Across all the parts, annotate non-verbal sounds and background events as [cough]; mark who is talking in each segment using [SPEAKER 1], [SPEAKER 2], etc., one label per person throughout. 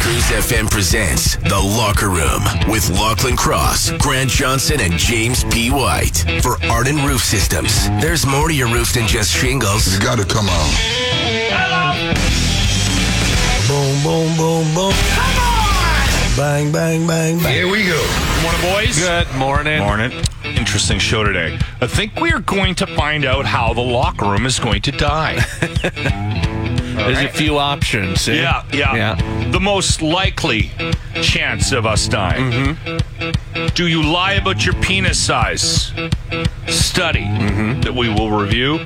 [SPEAKER 1] Cruise FM presents The Locker Room with Lachlan Cross, Grant Johnson, and James P. White. For Arden Roof Systems, there's more to your roof than just shingles.
[SPEAKER 2] You gotta come on.
[SPEAKER 3] Boom, boom, boom, boom. Bang, bang, bang, bang.
[SPEAKER 2] Here we go.
[SPEAKER 4] Morning, boys.
[SPEAKER 5] Good morning.
[SPEAKER 4] Morning. Interesting show today. I think we are going to find out how the locker room is going to [laughs] die.
[SPEAKER 5] There's a few options. eh?
[SPEAKER 4] yeah, yeah, The most likely chance of us dying. Do you lie about your penis size? Study that we will review.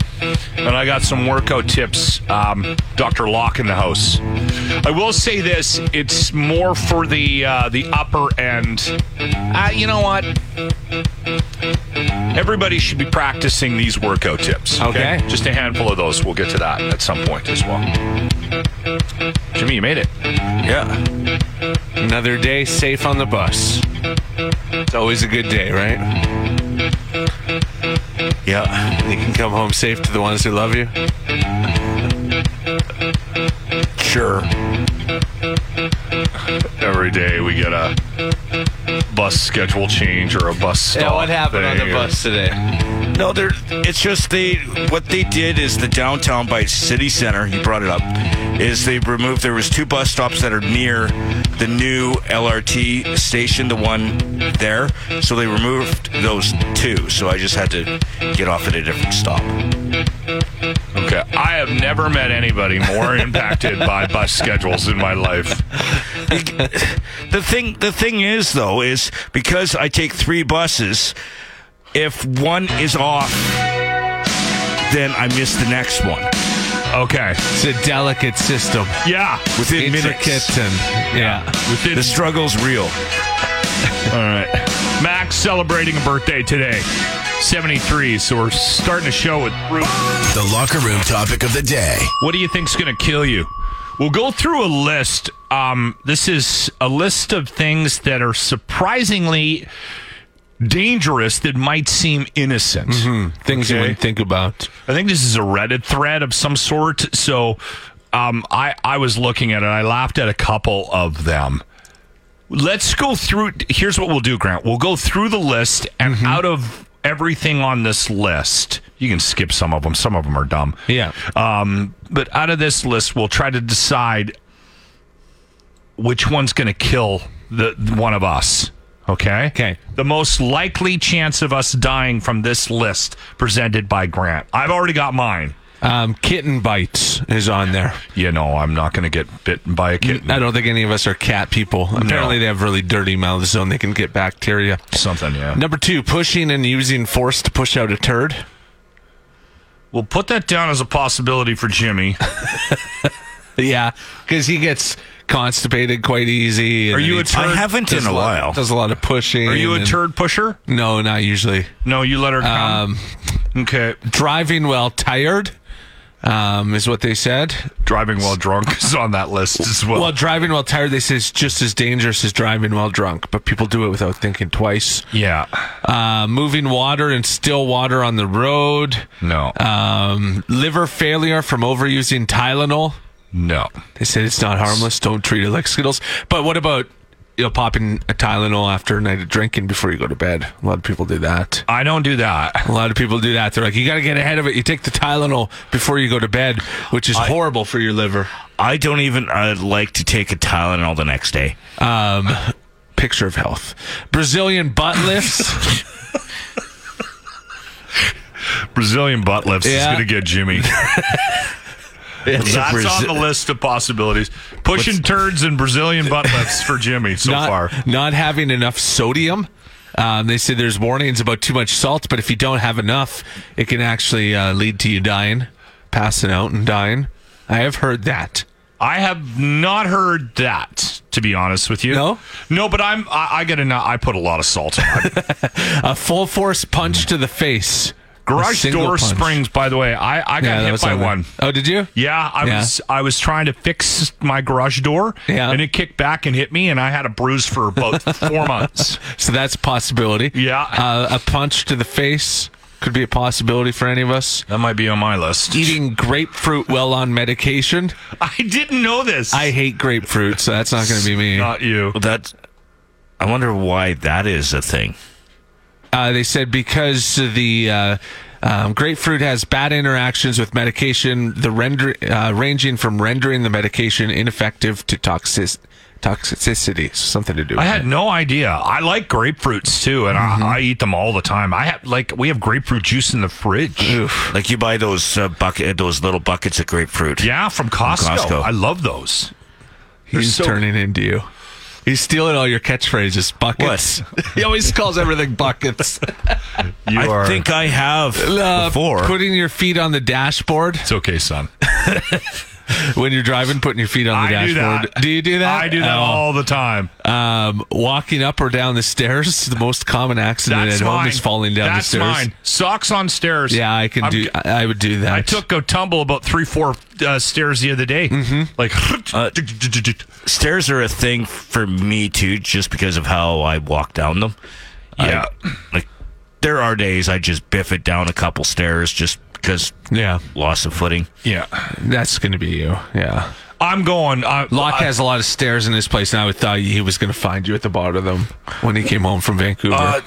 [SPEAKER 4] And I got some workout tips. Um, Dr. Locke in the house. I will say this it's more for the, uh, the upper end. Uh, you know what? Everybody should be practicing these workout tips.
[SPEAKER 5] Okay.
[SPEAKER 4] Just a handful of those. We'll get to that at some point as well. Jimmy, you made it.
[SPEAKER 5] Yeah. Another day safe on the bus. It's always a good day, right? Yeah. You can come home safe to the ones who love you.
[SPEAKER 4] Sure. [laughs] Every day we get a bus schedule change or a bus stop.
[SPEAKER 5] Yeah, what happened on
[SPEAKER 4] thing
[SPEAKER 5] the
[SPEAKER 4] or-
[SPEAKER 5] bus today?
[SPEAKER 6] No, they're, it's just they what they did is the downtown by city center. You brought it up. Is they removed there was two bus stops that are near the new LRT station, the one there. So they removed those two. So I just had to get off at a different stop.
[SPEAKER 4] Okay, I have never met anybody more impacted by bus schedules in my life.
[SPEAKER 6] The thing the thing is though is because I take three buses, if one is off, then I miss the next one
[SPEAKER 4] Okay,
[SPEAKER 5] It's a delicate system.
[SPEAKER 4] yeah.
[SPEAKER 6] within minutes.
[SPEAKER 5] Intricate and yeah.
[SPEAKER 6] The struggle's real.
[SPEAKER 4] All right, Max celebrating a birthday today, seventy-three. So we're starting a show with.
[SPEAKER 1] The Locker Room topic of the day.
[SPEAKER 4] What do you think's going to kill you? We'll go through a list. Um, this is a list of things that are surprisingly dangerous that might seem innocent.
[SPEAKER 5] Things you
[SPEAKER 4] Okay.
[SPEAKER 5] wouldn't think about.
[SPEAKER 4] I think this is a Reddit thread of some sort. So um, I, I was looking at it. I laughed at a couple of them. Let's go through. Here's what we'll do, Grant. We'll go through the list, and out of everything on this list, you can skip some of them. Some of them are dumb.
[SPEAKER 5] Yeah.
[SPEAKER 4] Um, but out of this list, we'll try to decide which one's going to kill the, the one of us. Okay.
[SPEAKER 5] Okay.
[SPEAKER 4] The most likely chance of us dying from this list presented by Grant. I've already got mine.
[SPEAKER 5] Um, kitten bites is on there.
[SPEAKER 4] You know, I'm not going to get bitten by a kitten.
[SPEAKER 5] I don't think any of us are cat people. Apparently, they have really dirty mouths, so they can get bacteria.
[SPEAKER 4] Something. Yeah.
[SPEAKER 5] Number two, pushing and using force to push out a turd.
[SPEAKER 4] We'll put that down as a possibility
[SPEAKER 6] [laughs]
[SPEAKER 4] for Jimmy.
[SPEAKER 5] Yeah, because he gets constipated quite easy. and
[SPEAKER 4] Are you
[SPEAKER 5] he
[SPEAKER 4] a turd?
[SPEAKER 6] I haven't
[SPEAKER 5] does
[SPEAKER 6] in a
[SPEAKER 5] lot-
[SPEAKER 6] while.
[SPEAKER 5] Does a lot of pushing.
[SPEAKER 4] Are you a
[SPEAKER 5] and-
[SPEAKER 4] turd pusher?
[SPEAKER 5] No, not usually.
[SPEAKER 4] No, you let her come.
[SPEAKER 5] Um,
[SPEAKER 4] okay.
[SPEAKER 5] driving while tired um, is what they said.
[SPEAKER 4] Driving while drunk [laughs] is on that list as well.
[SPEAKER 5] Well, driving while tired, they say, is just as dangerous as driving while drunk, but people do it without thinking twice.
[SPEAKER 4] Yeah.
[SPEAKER 5] Uh, moving water and still water on the road.
[SPEAKER 4] No.
[SPEAKER 6] Uh,
[SPEAKER 5] Um, liver failure from overusing Tylenol.
[SPEAKER 4] no.
[SPEAKER 5] They said it's not harmless. Don't treat it like Skittles. But what about you know popping a Tylenol after a night of drinking before you go to bed? A lot of people do that.
[SPEAKER 4] I don't do that.
[SPEAKER 5] A lot of people do that. They're like, you got to get ahead of it. You take the Tylenol before you go to bed, which is horrible for your liver.
[SPEAKER 6] I don't even uh, like to take a Tylenol the next day.
[SPEAKER 5] Um, picture of health. Brazilian butt lifts.
[SPEAKER 4] Brazilian butt lifts is
[SPEAKER 5] Yeah.
[SPEAKER 4] going to get
[SPEAKER 5] [laughs]
[SPEAKER 4] Jimmy. That's on the list of possibilities. Pushing turds and Brazilian butt lifts for Jimmy so
[SPEAKER 5] not,
[SPEAKER 4] far.
[SPEAKER 5] not having enough sodium. Um, they say there's warnings about too much salt, but if you don't have enough, it can actually uh, lead to you dying, passing out, and dying. I have heard that.
[SPEAKER 4] I have not heard that, to be honest with you.
[SPEAKER 5] No?
[SPEAKER 4] No, but I'm I, I gotta know I put a lot of salt on.
[SPEAKER 5] A full force punch to the face. [laughs] A
[SPEAKER 4] Garage
[SPEAKER 5] single
[SPEAKER 4] door
[SPEAKER 5] punch.
[SPEAKER 4] springs, by the way. I, I got
[SPEAKER 5] Yeah, that
[SPEAKER 4] hit
[SPEAKER 5] was
[SPEAKER 4] by
[SPEAKER 5] on there.
[SPEAKER 4] one.
[SPEAKER 5] Oh, did you?
[SPEAKER 4] Yeah, I
[SPEAKER 5] Yeah.
[SPEAKER 4] was I was trying to fix my garage door
[SPEAKER 5] Yeah.
[SPEAKER 4] and it kicked back and hit me and I had a bruise for
[SPEAKER 5] [laughs]
[SPEAKER 4] about four months.
[SPEAKER 5] So that's a possibility.
[SPEAKER 4] Yeah.
[SPEAKER 5] Uh, a punch to the face could be a possibility for any of us.
[SPEAKER 4] That might be on my list.
[SPEAKER 5] Eating grapefruit while on medication.
[SPEAKER 4] I didn't know this.
[SPEAKER 5] I hate grapefruit, so that's not going to be me.
[SPEAKER 4] not you.
[SPEAKER 6] Well, that's. I wonder why that is a thing.
[SPEAKER 5] Uh, they said because the uh, um, grapefruit has bad interactions with medication, the render uh, ranging from rendering the medication ineffective to toxic toxicity, something to do. With
[SPEAKER 4] I had
[SPEAKER 5] it.
[SPEAKER 4] no idea. I like grapefruits too, and
[SPEAKER 5] Mm-hmm.
[SPEAKER 4] I, I eat them all the time. I have like we have grapefruit juice in the fridge.
[SPEAKER 6] Like you buy those uh, bucket, those little buckets of grapefruit.
[SPEAKER 4] Yeah, from Costco.
[SPEAKER 6] Costco.
[SPEAKER 4] I love those.
[SPEAKER 5] he's
[SPEAKER 4] so-
[SPEAKER 5] turning into you. He's stealing all your catchphrases. Buckets. [laughs] he always calls
[SPEAKER 4] [laughs]
[SPEAKER 5] everything buckets.
[SPEAKER 4] You
[SPEAKER 6] I
[SPEAKER 4] are.
[SPEAKER 6] think I
[SPEAKER 4] [laughs]
[SPEAKER 6] have
[SPEAKER 5] Uh,
[SPEAKER 6] before.
[SPEAKER 5] Putting your feet on the dashboard
[SPEAKER 4] it's okay, son.
[SPEAKER 5] when you're driving. Putting your feet on the
[SPEAKER 4] I do
[SPEAKER 5] dashboard.
[SPEAKER 4] that.
[SPEAKER 5] you do that?
[SPEAKER 4] I do that
[SPEAKER 5] Oh.
[SPEAKER 4] all the time.
[SPEAKER 5] Um, walking up or down the stairs. The most common accident
[SPEAKER 4] That's
[SPEAKER 5] at home
[SPEAKER 4] mine.
[SPEAKER 5] is falling down
[SPEAKER 4] That's
[SPEAKER 5] the stairs.
[SPEAKER 4] mine. Socks on stairs.
[SPEAKER 5] Yeah, I can
[SPEAKER 4] I'm-
[SPEAKER 5] do. I, I would do that.
[SPEAKER 4] I took a tumble about three, four uh, stairs the other day. Mm-hmm. Like,
[SPEAKER 5] Uh,
[SPEAKER 6] Stairs are a thing for me too, just because of how I walk down them. I-
[SPEAKER 4] Yeah.
[SPEAKER 6] like there are days I just biff it down a couple stairs just because
[SPEAKER 5] Yeah,
[SPEAKER 6] loss of footing.
[SPEAKER 4] yeah,
[SPEAKER 5] that's going to be you. Yeah,
[SPEAKER 4] I'm going. uh, I,
[SPEAKER 5] Locke
[SPEAKER 4] I,
[SPEAKER 5] has a lot of stairs in his place, and I would thought he was going to find you at the bottom of them when he came home from Vancouver.
[SPEAKER 6] Uh,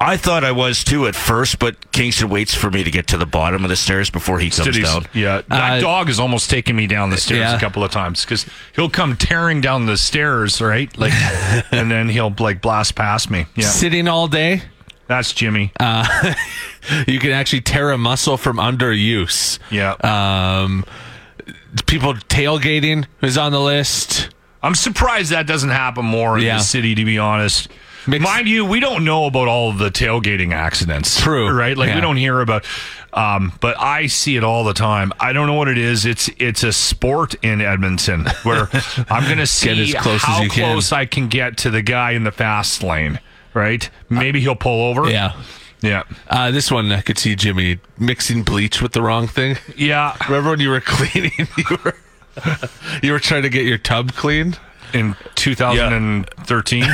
[SPEAKER 6] I thought I was too at first, but Kingston waits for me to get to the bottom of the stairs before he comes
[SPEAKER 4] cities.
[SPEAKER 6] down.
[SPEAKER 4] Yeah, that
[SPEAKER 5] Uh,
[SPEAKER 4] dog has almost taken me down the stairs
[SPEAKER 5] yeah.
[SPEAKER 4] a couple of times because he'll come tearing down the stairs, right?
[SPEAKER 5] [laughs]
[SPEAKER 4] Like, and then he'll like blast past me. Yeah,
[SPEAKER 5] Sitting all day,
[SPEAKER 4] that's Jimmy.
[SPEAKER 5] Uh, you can actually tear a muscle from underuse.
[SPEAKER 4] yeah,
[SPEAKER 5] Um, people tailgating is on the list.
[SPEAKER 4] I'm surprised that doesn't happen more in
[SPEAKER 5] Yeah.
[SPEAKER 4] the city, to be honest.
[SPEAKER 5] Mixed-
[SPEAKER 4] Mind you, we don't know about all of the tailgating accidents.
[SPEAKER 5] True.
[SPEAKER 4] right? Like
[SPEAKER 5] Yeah.
[SPEAKER 4] we don't hear about. Um, but I see it all the time. I don't know what it is. It's it's a sport in Edmonton [laughs] where I'm going to see
[SPEAKER 5] as close as
[SPEAKER 4] how
[SPEAKER 5] you can.
[SPEAKER 4] close I can get to the guy in the fast lane. Right? Maybe he'll pull over.
[SPEAKER 5] Yeah.
[SPEAKER 4] yeah,
[SPEAKER 5] Uh, this one I could see Jimmy mixing bleach with the wrong thing. [laughs]
[SPEAKER 4] yeah.
[SPEAKER 5] Remember when you were [laughs] cleaning, you were [laughs] you were trying to get your tub cleaned.
[SPEAKER 4] In
[SPEAKER 5] [laughs]
[SPEAKER 4] 2013,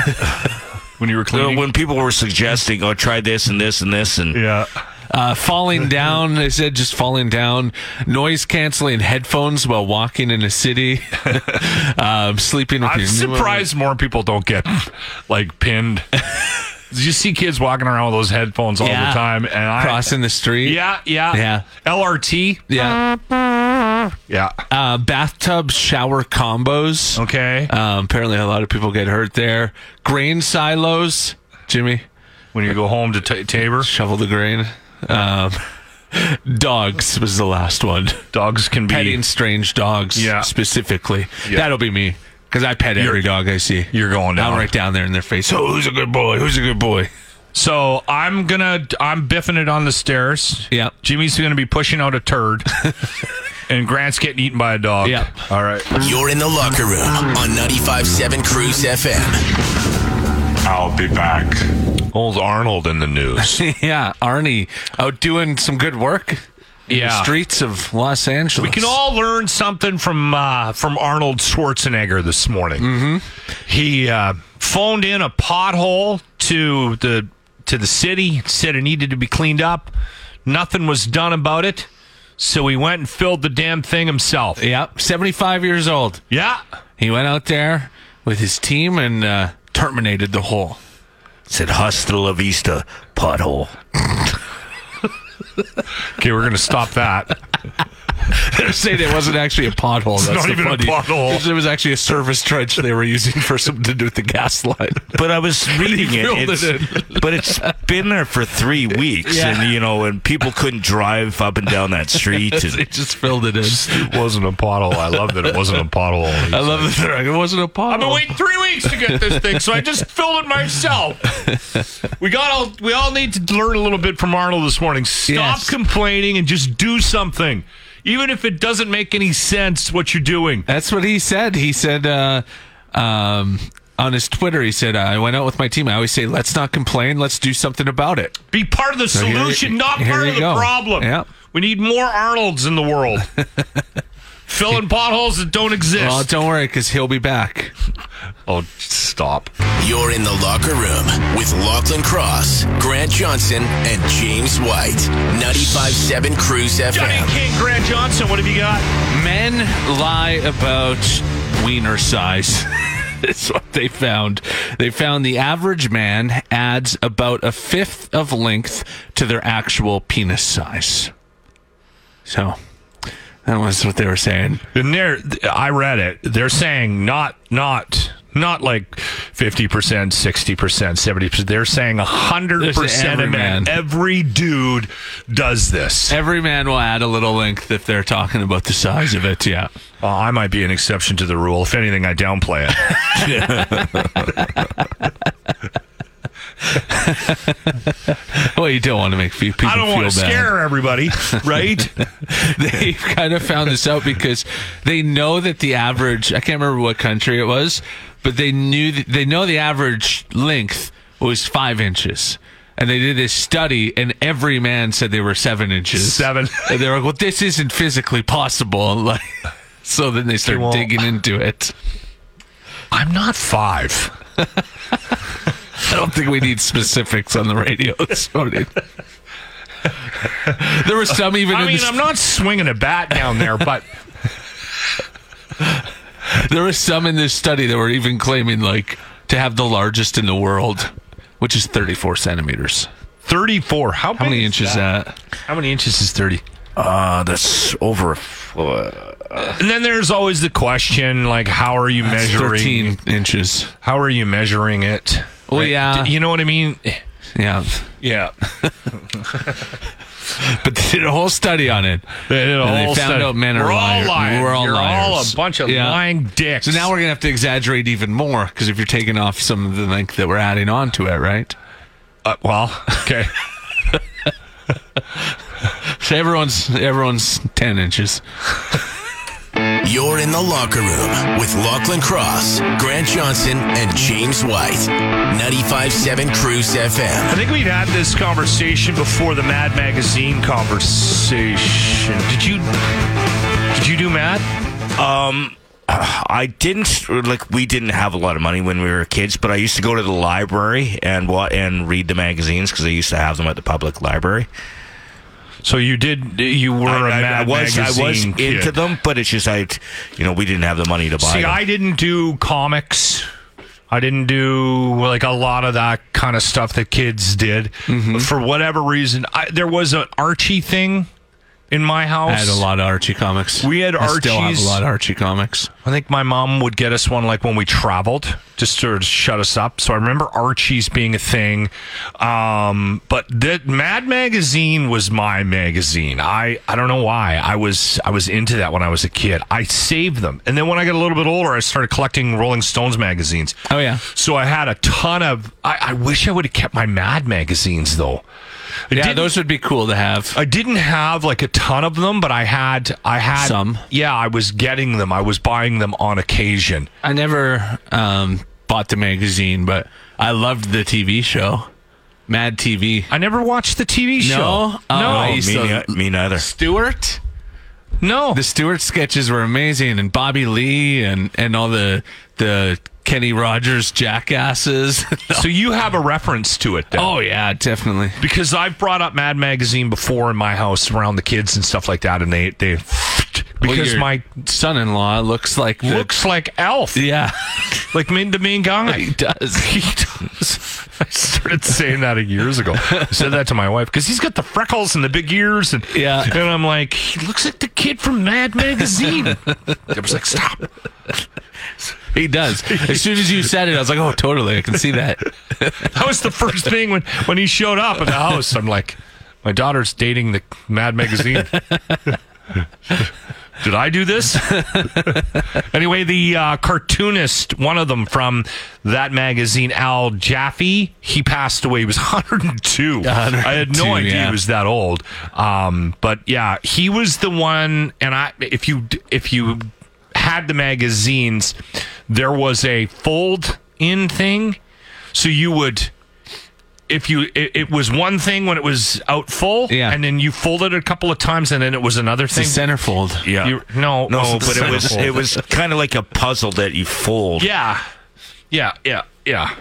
[SPEAKER 4] when you were
[SPEAKER 6] Well,
[SPEAKER 4] cleaning.
[SPEAKER 6] When people were suggesting, "Oh, try this and this and this," and
[SPEAKER 4] yeah,
[SPEAKER 5] Uh,
[SPEAKER 4] [laughs]
[SPEAKER 5] falling down, they said just falling down. Noise canceling headphones while walking in a city. [laughs] um, sleeping with
[SPEAKER 4] I'm
[SPEAKER 5] your
[SPEAKER 4] surprised more people don't get [laughs] like
[SPEAKER 5] [laughs]
[SPEAKER 4] pinned. you see kids walking around with those headphones all
[SPEAKER 5] Yeah.
[SPEAKER 4] the time, and I
[SPEAKER 5] crossing the street.
[SPEAKER 4] yeah, yeah,
[SPEAKER 5] Yeah.
[SPEAKER 4] LRT,
[SPEAKER 5] Yeah.
[SPEAKER 4] yeah,
[SPEAKER 5] Uh, bathtub shower combos.
[SPEAKER 4] okay.
[SPEAKER 5] Um, apparently, a lot of people get hurt there. Grain silos. Jimmy,
[SPEAKER 4] when you go home to t- Tabor,
[SPEAKER 5] shovel the grain. Um, dogs was the last one. [laughs]
[SPEAKER 4] dogs can be.
[SPEAKER 5] Petting strange dogs
[SPEAKER 4] Yeah.
[SPEAKER 5] specifically.
[SPEAKER 4] Yeah.
[SPEAKER 5] That'll be me because I pet every dog I see.
[SPEAKER 4] You're going down.
[SPEAKER 5] I'm right down there in their face. Oh, who's a good boy? Who's a good boy? [laughs]
[SPEAKER 4] So I'm gonna I'm biffing it on the stairs.
[SPEAKER 5] Yeah.
[SPEAKER 4] Jimmy's gonna be pushing out a
[SPEAKER 5] [laughs]
[SPEAKER 4] turd, and Grant's getting eaten by a dog.
[SPEAKER 5] Yeah.
[SPEAKER 4] All right.
[SPEAKER 1] You're in the locker room on 95.7 Cruise FM.
[SPEAKER 2] I'll be back.
[SPEAKER 4] Old Arnold in the news.
[SPEAKER 5] yeah, Arnie out doing some good work in
[SPEAKER 4] Yeah.
[SPEAKER 5] the streets of Los Angeles.
[SPEAKER 4] We can all learn something from uh, from Arnold Schwarzenegger this morning. Mm-hmm. He uh, phoned in a pothole to the to the city, said it needed to be cleaned up. Nothing was done about it, so he went and filled the damn thing himself.
[SPEAKER 5] Yep, 75 years old.
[SPEAKER 4] Yeah,
[SPEAKER 5] He went out there with his team and uh, terminated the hole.
[SPEAKER 6] said "Hasta la vista, pothole."
[SPEAKER 4] okay, we're gonna stop that. [laughs]
[SPEAKER 5] Saying it wasn't actually a pothole. That's
[SPEAKER 4] not
[SPEAKER 5] the
[SPEAKER 4] even a
[SPEAKER 5] funny.
[SPEAKER 4] pothole.
[SPEAKER 5] It was actually a service trench they were using for something to do with the gas line. [laughs]
[SPEAKER 6] But I
[SPEAKER 4] [laughs]
[SPEAKER 6] was reading it,
[SPEAKER 5] filled
[SPEAKER 6] it's, [laughs]
[SPEAKER 5] it
[SPEAKER 6] but it's been there for
[SPEAKER 4] [laughs]
[SPEAKER 6] three weeks,
[SPEAKER 5] Yeah.
[SPEAKER 6] and you know, and people couldn't drive up and down
[SPEAKER 4] [laughs]
[SPEAKER 6] that street. And,
[SPEAKER 5] It just filled it in.
[SPEAKER 4] It wasn't a pothole. I love that it wasn't a pothole.
[SPEAKER 5] I love that they're like, it wasn't a pothole.
[SPEAKER 4] I've been waiting three weeks to get this thing, so I just filled it myself. We got all we all need to learn a little bit from Arnold this morning. Stop
[SPEAKER 5] Yes.
[SPEAKER 4] complaining and just do something. Even if it doesn't make any sense what you're doing.
[SPEAKER 5] That's what he said. He said uh, um, on his Twitter, he said, I went out with my team. I always say, let's not complain. Let's do something about it.
[SPEAKER 4] Be part of the
[SPEAKER 5] here you-
[SPEAKER 4] solution, not
[SPEAKER 5] here
[SPEAKER 4] part
[SPEAKER 5] you
[SPEAKER 4] of the
[SPEAKER 5] go.
[SPEAKER 4] problem.
[SPEAKER 5] Yep. [laughs]
[SPEAKER 4] We need more Arnolds in the world. filling potholes that don't exist.
[SPEAKER 5] Well, don't worry, because he'll be back.
[SPEAKER 4] oh, stop.
[SPEAKER 1] You're in the locker room with Lachlan Cross, Grant Johnson, and James White. 95.7 Cruise
[SPEAKER 4] Johnny
[SPEAKER 1] FM.
[SPEAKER 4] King, Grant Johnson, what have you got?
[SPEAKER 5] Men lie about wiener size. [laughs] That's what they found. They found the average man adds about a fifth of length to their actual penis size. So that was what they were saying.
[SPEAKER 4] And they're, I read it. They're saying not, not, not like 50%, 60%, 70%. They're saying 100%
[SPEAKER 5] Every
[SPEAKER 4] of men.
[SPEAKER 5] man.
[SPEAKER 4] Every dude does this.
[SPEAKER 5] Every man will add a little length if they're talking about the size of it. Yeah. [laughs]
[SPEAKER 4] Uh, I might be an exception to the rule. If anything, I downplay it.
[SPEAKER 5] Well, you don't want to make fe-
[SPEAKER 4] [laughs]
[SPEAKER 5] people
[SPEAKER 4] I don't
[SPEAKER 5] feel
[SPEAKER 4] want
[SPEAKER 5] bad.
[SPEAKER 4] to scare everybody, right?
[SPEAKER 5] [laughs] they've kind of found this out because they know that the average I can't remember what country it was, but they knew th- they know the average length was five inches. And they did this study, and every man said they were seven inches.
[SPEAKER 4] Seven.
[SPEAKER 5] [laughs] And they were like, "Well, this isn't physically possible." [laughs] Like, so then they start
[SPEAKER 4] won't.
[SPEAKER 5] digging into it.
[SPEAKER 4] [laughs]
[SPEAKER 5] [laughs]
[SPEAKER 4] I'm not five.
[SPEAKER 5] I don't think we need specifics on the radio [laughs] this morning. there were some even.
[SPEAKER 4] I
[SPEAKER 5] in
[SPEAKER 4] mean,
[SPEAKER 5] the
[SPEAKER 4] I'm not swinging a bat down there, [laughs] but
[SPEAKER 5] There were some in this study that were even claiming like to have the largest in the world, which is 34 centimeters.
[SPEAKER 4] 34. How,
[SPEAKER 5] How
[SPEAKER 4] big
[SPEAKER 5] many
[SPEAKER 4] is
[SPEAKER 5] inches is
[SPEAKER 4] That?
[SPEAKER 5] that?
[SPEAKER 4] How many inches is 30?
[SPEAKER 6] [laughs] Uh, that's over. a f- uh,
[SPEAKER 4] And then there's always the question, like, how are you
[SPEAKER 5] It's
[SPEAKER 4] measuring?
[SPEAKER 5] 13 inches.
[SPEAKER 4] How are you measuring it?
[SPEAKER 5] Well, yeah.
[SPEAKER 4] D- You know what I mean?
[SPEAKER 5] Yeah,
[SPEAKER 4] Yeah.
[SPEAKER 5] but they did a whole study on it.
[SPEAKER 4] They, did a
[SPEAKER 5] And they
[SPEAKER 4] whole
[SPEAKER 5] found
[SPEAKER 4] study.
[SPEAKER 5] out men are
[SPEAKER 4] We're
[SPEAKER 5] liar-
[SPEAKER 4] all lying.
[SPEAKER 5] we're all
[SPEAKER 4] You're
[SPEAKER 5] liars.
[SPEAKER 4] all a bunch of
[SPEAKER 5] Yeah.
[SPEAKER 4] lying dicks.
[SPEAKER 5] So now we're gonna have to exaggerate even more because if you're taking off some of the length that we're adding on to it, right?
[SPEAKER 4] Uh, well, okay.
[SPEAKER 5] [laughs] So everyone's everyone's 10 inches.
[SPEAKER 1] You're in the locker room with Lachlan Cross, Grant Johnson, and James White. 95.7 Cruise
[SPEAKER 4] I
[SPEAKER 1] FM.
[SPEAKER 4] think we'd had this conversation before the Mad Magazine conversation. Did you? Did you do Mad?
[SPEAKER 6] I didn't like. We didn't have a lot of money when we were kids, but I used to go to the library and what and read the magazines because I used to have them at the public library.
[SPEAKER 4] So you did. You were a
[SPEAKER 6] I, I- I
[SPEAKER 4] Mad
[SPEAKER 6] was I was
[SPEAKER 4] Magazine kid.
[SPEAKER 6] into them, but it's just I, you know, we didn't have the money to buy.
[SPEAKER 4] See,
[SPEAKER 6] them.
[SPEAKER 4] I didn't do comics. I didn't do like a lot of that kind of stuff that kids did.
[SPEAKER 5] Mm-hmm.
[SPEAKER 4] But for whatever reason, I, there was an Archie thing in my house.
[SPEAKER 5] I had a lot of Archie comics.
[SPEAKER 4] We had
[SPEAKER 5] I Still have a
[SPEAKER 4] Archies.
[SPEAKER 5] lot of Archie comics.
[SPEAKER 4] I think my mom would get us one like when we traveled, just to shut us up. So I remember Archie's being a thing, um, but that Mad Magazine was my magazine. I I don't know why I was I was into that when I was a kid. I saved them, and then when I got a little bit older, I started collecting Rolling Stones magazines.
[SPEAKER 5] Oh yeah.
[SPEAKER 4] So I had a ton of. I, I wish I would have kept my Mad magazines though. I
[SPEAKER 5] Yeah,
[SPEAKER 4] didn't-
[SPEAKER 5] those would be cool to have.
[SPEAKER 4] I didn't have like a ton of them, but I had I had
[SPEAKER 5] Some.
[SPEAKER 4] Yeah, I was getting them. I was buying them on occasion.
[SPEAKER 5] I never um, bought the magazine, but I loved the TV show, Mad TV.
[SPEAKER 4] I never watched the TV show.
[SPEAKER 5] No, uh,
[SPEAKER 4] no,
[SPEAKER 5] I
[SPEAKER 6] Oh, me,
[SPEAKER 5] used to-
[SPEAKER 6] nei- me neither.
[SPEAKER 5] Stewart.
[SPEAKER 4] no.
[SPEAKER 5] The Stewart sketches were amazing, and Bobby Lee and and all the the Kenny Rogers jackasses. [laughs]
[SPEAKER 4] so you have a reference to it, then.
[SPEAKER 5] oh yeah, definitely.
[SPEAKER 4] because I've brought up Mad Magazine before in my house around the kids and stuff like that, and they they because
[SPEAKER 5] Well,
[SPEAKER 4] my
[SPEAKER 5] your son-in-law looks like the-
[SPEAKER 4] looks like Elf,
[SPEAKER 5] [laughs] Yeah,
[SPEAKER 4] like Min the Mean
[SPEAKER 5] he
[SPEAKER 4] Guy.
[SPEAKER 5] does.
[SPEAKER 4] He does. I started saying that years ago. I said that to my wife because he's got the freckles and the big ears, and
[SPEAKER 5] Yeah.
[SPEAKER 4] and I'm like, he looks like the kid from Mad Magazine. I was like, stop.
[SPEAKER 5] He does. As soon as you said it, I was like, oh, totally. I can see that.
[SPEAKER 4] That was the first thing when when he showed up at the house. I'm like, my daughter's dating the Mad Magazine. [laughs] Did I do this? [laughs] anyway, the uh, cartoonist, one of them from that magazine, Al Jaffe, he passed away. He was [laughs] 102. I had no
[SPEAKER 5] 102,
[SPEAKER 4] idea
[SPEAKER 5] yeah.
[SPEAKER 4] he was that old. Um, but yeah, he was the one. And I, if you if you had the magazines, there was a fold in thing, so you would if you it, it was one thing when it was out full,
[SPEAKER 5] Yeah.
[SPEAKER 4] and then you folded it a couple of times, and then it was another
[SPEAKER 5] The
[SPEAKER 4] thing. [laughs]
[SPEAKER 5] centerfold.
[SPEAKER 6] Yeah.
[SPEAKER 4] You- no, it
[SPEAKER 6] no,
[SPEAKER 4] wasn't the
[SPEAKER 6] but it was
[SPEAKER 4] centerfold.
[SPEAKER 6] it was kind of like a puzzle that you fold.
[SPEAKER 4] Yeah, yeah, yeah, yeah.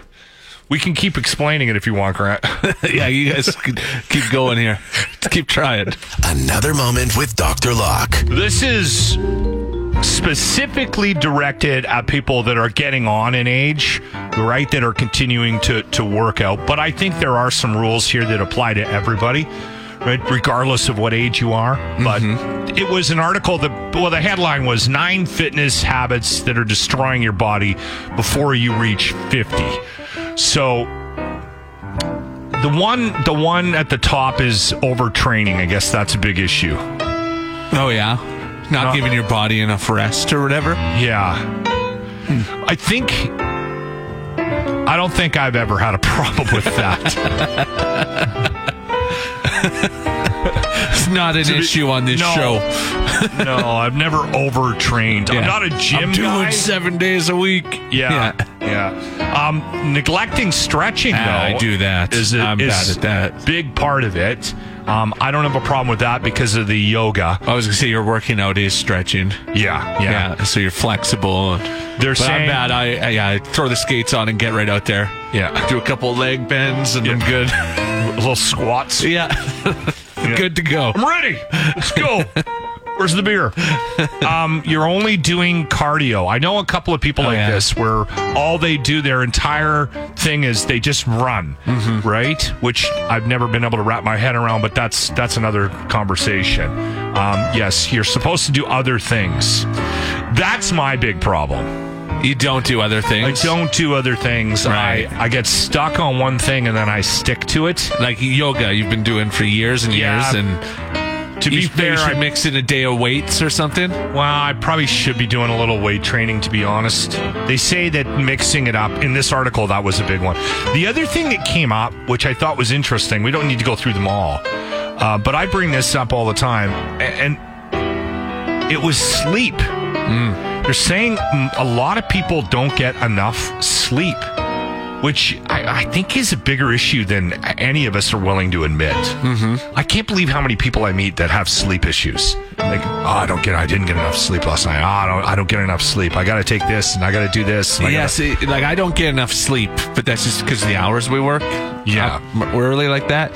[SPEAKER 4] We can keep explaining it if you want, Grant. [laughs]
[SPEAKER 5] yeah, you guys could keep going here. keep trying.
[SPEAKER 1] Another moment with Dr. Locke.
[SPEAKER 4] This is specifically directed at people that are getting on in age, right? That are continuing to, to work out. But I think there are some rules here that apply to everybody, right? Regardless of what age you are. But it was an article that, well, the headline was Nine Fitness Habits That Are Destroying Your Body Before You Reach 50. So the one the one at the top is overtraining. I guess that's a big issue.
[SPEAKER 5] Oh yeah, not
[SPEAKER 4] No.
[SPEAKER 5] giving your body enough rest or whatever. [laughs]
[SPEAKER 4] Yeah. I think. I don't think I've ever had a [laughs] problem with that.
[SPEAKER 5] It's not an issue on this
[SPEAKER 4] no.
[SPEAKER 5] show.
[SPEAKER 4] no, I've never overtrained.
[SPEAKER 5] Yeah.
[SPEAKER 4] I'm not a gym
[SPEAKER 5] I'm doing
[SPEAKER 4] guy.
[SPEAKER 5] seven days a week.
[SPEAKER 4] yeah, yeah. Um, neglecting stretching
[SPEAKER 5] Ah,
[SPEAKER 4] though.
[SPEAKER 5] I do that.
[SPEAKER 4] Is a,
[SPEAKER 5] I'm
[SPEAKER 4] is
[SPEAKER 5] bad at that.
[SPEAKER 4] Big part of it. Um, I don't have a problem with that because of the yoga.
[SPEAKER 5] I was gonna say your working out is stretching.
[SPEAKER 4] Yeah, yeah.
[SPEAKER 5] so you're flexible.
[SPEAKER 4] They're
[SPEAKER 5] But I'm
[SPEAKER 4] saying
[SPEAKER 5] bad. I, I, yeah, I throw the skates on and get right out there.
[SPEAKER 4] Yeah.
[SPEAKER 5] do a couple leg bends and I'm good. [laughs]
[SPEAKER 4] little squats. [laughs]
[SPEAKER 5] yeah, good to go.
[SPEAKER 4] I'm ready. Let's go. Where's the beer? Um, you're only doing cardio. I know a couple of people
[SPEAKER 5] Oh,
[SPEAKER 4] like
[SPEAKER 5] yeah.
[SPEAKER 4] this where all they do their entire thing is they just run,
[SPEAKER 5] Mm-hmm.
[SPEAKER 4] right? Which I've never been able to wrap my head around, but that's that's another conversation. Um, yes, you're supposed to do other things. That's my big problem.
[SPEAKER 5] You don't do other
[SPEAKER 4] I
[SPEAKER 5] things.
[SPEAKER 4] don't do other things.
[SPEAKER 5] Right.
[SPEAKER 4] I, I get stuck on one thing and then I stick to it.
[SPEAKER 5] like yoga. You've been doing for years and
[SPEAKER 4] Yeah.
[SPEAKER 5] years, and
[SPEAKER 4] To be
[SPEAKER 5] you,
[SPEAKER 4] fair,
[SPEAKER 5] you should
[SPEAKER 4] I,
[SPEAKER 5] mix in a day of weights or something.
[SPEAKER 4] Well, I probably should be doing a little weight training, to be honest. They say that mixing it up in this article, that was a big one. The other thing that came up, which I thought was interesting, we don't need to go through them all, uh, but I bring this up all the time, a- and it was sleep.
[SPEAKER 5] Hmm.
[SPEAKER 4] They're saying mm, a lot of people don't get enough sleep, which I, I think is a bigger issue than any of us are willing to admit. Mm-hmm. I can't believe how many people I meet that have sleep issues. Like, oh, I don't get, I didn't get enough sleep last night. Oh, I don't, I don't get enough sleep. I got to take this and I got to do this. And I gotta-"
[SPEAKER 5] Yes, it, like I don't get enough sleep, but that's just because of the hours we work.
[SPEAKER 4] Yeah.
[SPEAKER 5] Up m- early like that.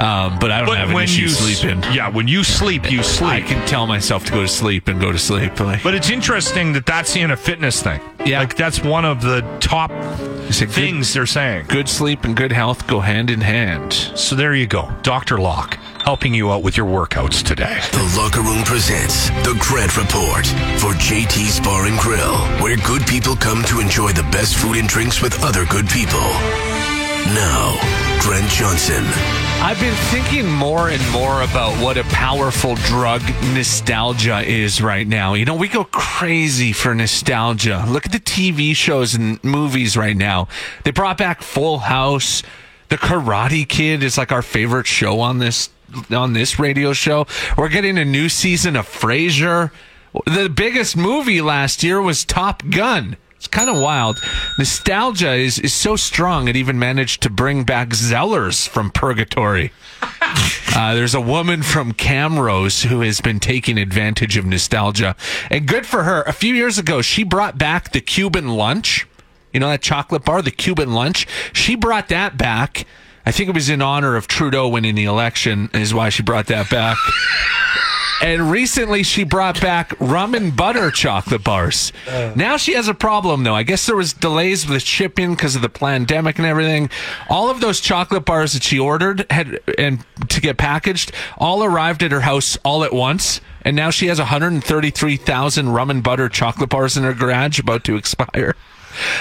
[SPEAKER 5] Um, but I don't have
[SPEAKER 4] But
[SPEAKER 5] an
[SPEAKER 4] when
[SPEAKER 5] issue
[SPEAKER 4] you s-
[SPEAKER 5] sleeping.
[SPEAKER 4] yeah, when you sleep, you
[SPEAKER 5] I
[SPEAKER 4] sleep.
[SPEAKER 5] can tell myself to go to sleep and go to sleep. Like,
[SPEAKER 4] But it's interesting that that's in a fitness thing.
[SPEAKER 5] Yeah.
[SPEAKER 4] like that's one of the top
[SPEAKER 5] it's a good-
[SPEAKER 4] things they're saying.
[SPEAKER 5] good sleep and good health go hand in hand.
[SPEAKER 4] So there you go, Doctor Locke, helping you out with your workouts today.
[SPEAKER 1] The Locker Room presents The Grant Report for JT's Bar and Grill, where good people come to enjoy the best food and drinks with other good people. Now, Grant Johnson.
[SPEAKER 5] I've been thinking more and more about what a powerful drug nostalgia is right now. You know, we go crazy for nostalgia. Look at the TV shows and movies right now. They brought back Full House. The Karate Kid is like our favorite show on this on this radio show. We're getting a new season of Frasier. The biggest movie last year was Top Gun. It's kind of wild. Nostalgia is, is so strong, it even managed to bring back Zellers from Purgatory. Uh, there's a woman from Camrose who has been taking advantage of nostalgia. And good for her. A few years ago, she brought back the Cuban lunch. You know, that chocolate bar, the Cuban lunch? She brought that back. I think it was in honor of Trudeau winning the election, is why she brought that back. And recently, she brought back rum and butter chocolate bars. Now she has a problem, though. I guess there was delays with shipping because of the pandemic and everything. All of those chocolate bars that she ordered had and to get packaged all arrived at her house all at once. And now she has 133,000 rum and butter chocolate bars in her garage about to expire.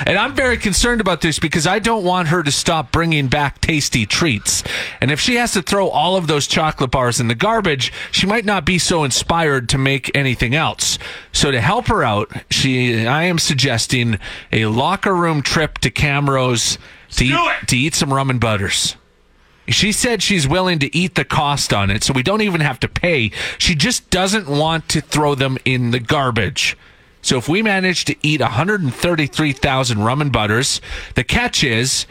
[SPEAKER 5] And I'm very concerned about this because I don't want her to stop bringing back tasty treats. And if she has to throw all of those chocolate bars in the garbage, she might not be so inspired to make anything else. So to help her out, she I am suggesting a locker room trip to Camrose
[SPEAKER 4] do
[SPEAKER 5] to eat,
[SPEAKER 4] it.
[SPEAKER 5] to eat some rum and butters. She said she's willing to eat the cost on it, so we don't even have to pay. She just doesn't want to throw them in the garbage. So if we manage to eat 133,000 rum and butters, the catch is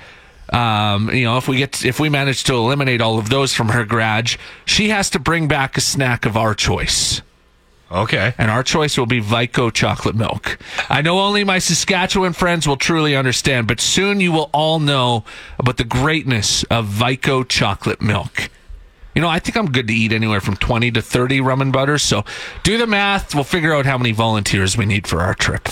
[SPEAKER 5] Um, you know, if we get if we manage to eliminate all of those from her garage, she has to bring back a snack of our choice.
[SPEAKER 4] Okay.
[SPEAKER 5] And our choice will be Vico chocolate milk. I know only my Saskatchewan friends will truly understand, but soon you will all know about the greatness of Vico chocolate milk. You know, I think I'm good to eat anywhere from 20 to 30 rum and butters. So do the math. We'll figure out how many volunteers we need for our trip.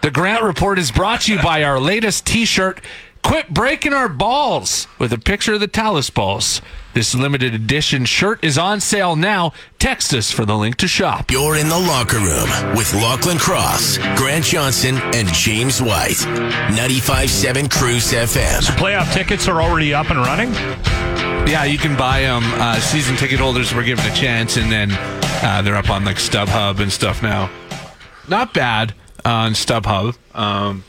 [SPEAKER 5] The Grant Report is brought to you by our latest t shirt, Quit Breaking Our Balls, with a picture of the Talus Balls. This limited edition shirt is on sale now. Text us for the link to shop.
[SPEAKER 1] You're in the locker room with Lachlan Cross, Grant Johnson, and James White. 95.7 Cruise FM.
[SPEAKER 4] Playoff tickets are already up and running.
[SPEAKER 5] Yeah, you can buy them. Uh, season ticket holders were given a chance, and then uh, they're up on like StubHub and stuff now. Not bad on StubHub. Um,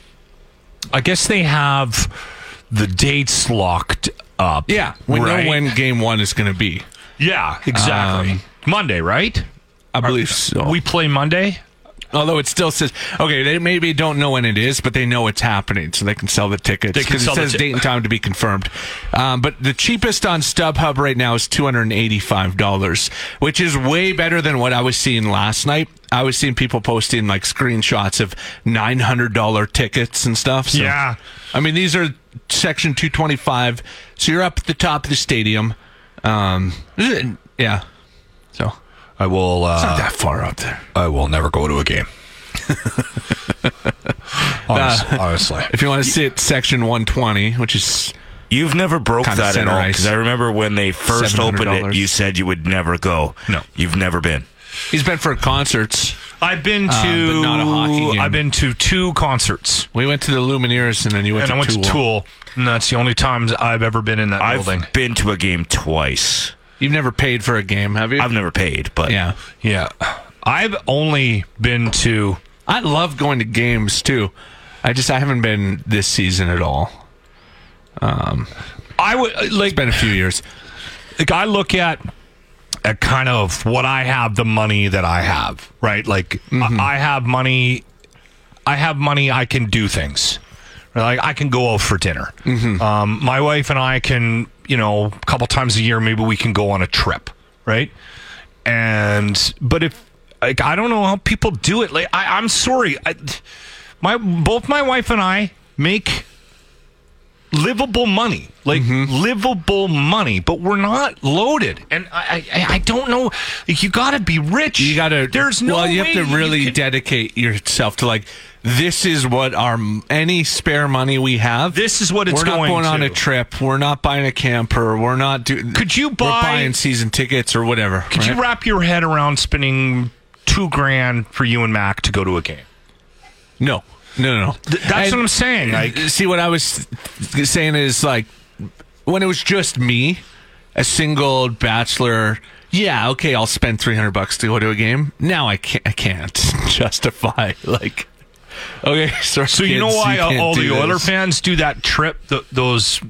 [SPEAKER 4] I guess they have the dates locked up.
[SPEAKER 5] yeah, we
[SPEAKER 4] right?
[SPEAKER 5] know when game one is going to be.
[SPEAKER 4] Yeah, exactly.
[SPEAKER 5] Um,
[SPEAKER 4] Monday, right?
[SPEAKER 5] I believe so.
[SPEAKER 4] We play Monday.
[SPEAKER 5] although it still says okay, they maybe don't know when it is, but they know it's happening, so they can sell the tickets
[SPEAKER 4] They can
[SPEAKER 5] because it
[SPEAKER 4] sell the
[SPEAKER 5] says
[SPEAKER 4] ti-
[SPEAKER 5] date and time to be confirmed. Um, but the cheapest on StubHub right now is two hundred and eighty-five dollars, which is way better than what I was seeing last night. I was seeing people posting like screenshots of nine hundred dollar tickets and stuff. So,
[SPEAKER 4] Yeah.
[SPEAKER 5] I mean these are section two twenty-five, so you're up at the top of the stadium. Um, yeah, so
[SPEAKER 4] I will. Uh,
[SPEAKER 5] not that far up there.
[SPEAKER 4] I will never go to a [laughs] game. Honest- honestly,
[SPEAKER 5] If you want to sit section 120, which is
[SPEAKER 6] You've never broke
[SPEAKER 5] Kinda
[SPEAKER 6] that at
[SPEAKER 5] center
[SPEAKER 6] all
[SPEAKER 5] ice.
[SPEAKER 6] because I remember when they first opened it,
[SPEAKER 5] $700.
[SPEAKER 6] you said you would never go.
[SPEAKER 4] No.
[SPEAKER 6] you've never been.
[SPEAKER 5] he's been for concerts.
[SPEAKER 4] I've been to.
[SPEAKER 5] but not a hockey game.
[SPEAKER 4] I've been to two concerts,
[SPEAKER 5] We went to the Lumineers and then you
[SPEAKER 4] and
[SPEAKER 5] went to
[SPEAKER 4] I went
[SPEAKER 5] Tool.
[SPEAKER 4] to Tool, and that's the only times I've ever been in that
[SPEAKER 6] I've
[SPEAKER 4] building.
[SPEAKER 6] been to a game twice.
[SPEAKER 5] You've never paid for a game, have you?
[SPEAKER 6] I've never paid, but
[SPEAKER 5] yeah.
[SPEAKER 4] Yeah, I've only been to.
[SPEAKER 5] I love going to games too. I just I haven't been this season at all.
[SPEAKER 4] I would uh, like
[SPEAKER 5] It's been a few years.
[SPEAKER 4] like I look at at kind of what I have, the money that I have, right? Like I, I have money, I have money, I can do things. Like I can go out for dinner.
[SPEAKER 5] Mm-hmm.
[SPEAKER 4] Um, my wife and I can, you know, a couple times a year, maybe we can go on a trip, right? And but if like I don't know how people do it. Like I, I'm sorry, I, my both my wife and I make livable money, like
[SPEAKER 5] Mm-hmm.
[SPEAKER 4] livable money, but we're not loaded. And I, I, I don't know. Like, you got to be rich.
[SPEAKER 5] You got to
[SPEAKER 4] There's no.
[SPEAKER 5] Well, you
[SPEAKER 4] way
[SPEAKER 5] have to really
[SPEAKER 4] can-
[SPEAKER 5] dedicate yourself to like this is what our any spare money we have.
[SPEAKER 4] This is what it's
[SPEAKER 5] We're not
[SPEAKER 4] going
[SPEAKER 5] going, on
[SPEAKER 4] to.
[SPEAKER 5] a trip. We're not buying a camper. We're not doing.
[SPEAKER 4] Could you
[SPEAKER 5] We're
[SPEAKER 4] buy-
[SPEAKER 5] buying season tickets or whatever?
[SPEAKER 4] Could
[SPEAKER 5] right?
[SPEAKER 4] you wrap your head around spending two grand for you and Mac to go to a game?
[SPEAKER 5] No, no, no.
[SPEAKER 4] that's what I'm
[SPEAKER 5] [laughs]
[SPEAKER 4] saying, like-
[SPEAKER 5] Uh, see, what I was saying is like when it was just me, a single bachelor. Yeah, okay, I'll spend three hundred bucks to go to a game. Now I can't. I can't [laughs] justify like. Okay, [laughs] sorry,
[SPEAKER 4] So you know
[SPEAKER 5] kids,
[SPEAKER 4] why uh,
[SPEAKER 5] can't
[SPEAKER 4] all
[SPEAKER 5] do
[SPEAKER 4] the
[SPEAKER 5] this.
[SPEAKER 4] Oiler fans do that trip, th those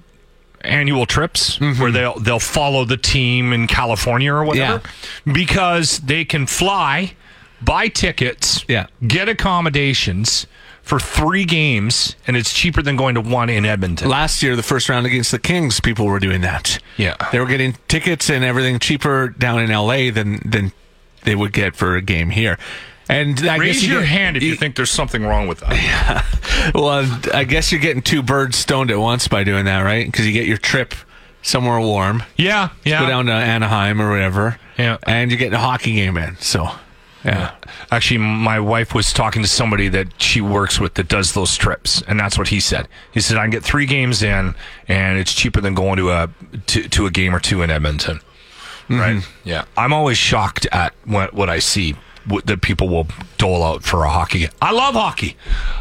[SPEAKER 4] annual trips
[SPEAKER 5] Mm-hmm.
[SPEAKER 4] where they'll they'll follow the team in California or whatever, because they can fly, buy tickets,
[SPEAKER 5] Yeah.
[SPEAKER 4] get accommodations for three games, and it's cheaper than going to one in Edmonton.
[SPEAKER 5] Last year, the first round against the Kings, people were doing that.
[SPEAKER 4] Yeah.
[SPEAKER 5] they were getting tickets and everything cheaper down in L.A. than than they would get for a game here. And I guess
[SPEAKER 4] Raise
[SPEAKER 5] you
[SPEAKER 4] your
[SPEAKER 5] get-
[SPEAKER 4] hand if you, think there's something wrong with that.
[SPEAKER 5] [laughs] Well, um, I guess you're getting two birds stoned at once by doing that, right? Because you get your trip somewhere warm,
[SPEAKER 4] Yeah, yeah.
[SPEAKER 5] go down to Anaheim or whatever,
[SPEAKER 4] Yeah.
[SPEAKER 5] and you get a hockey game in. So, [laughs] yeah,
[SPEAKER 4] Actually, my wife was talking to somebody that she works with that does those trips, and that's what he said. He said, "I can get three games in, and it's cheaper than going to a to, to a game or two in Edmonton." Right? Yeah. I'm always shocked at what, what I see what, that people will dole out for a hockey. game. I love hockey.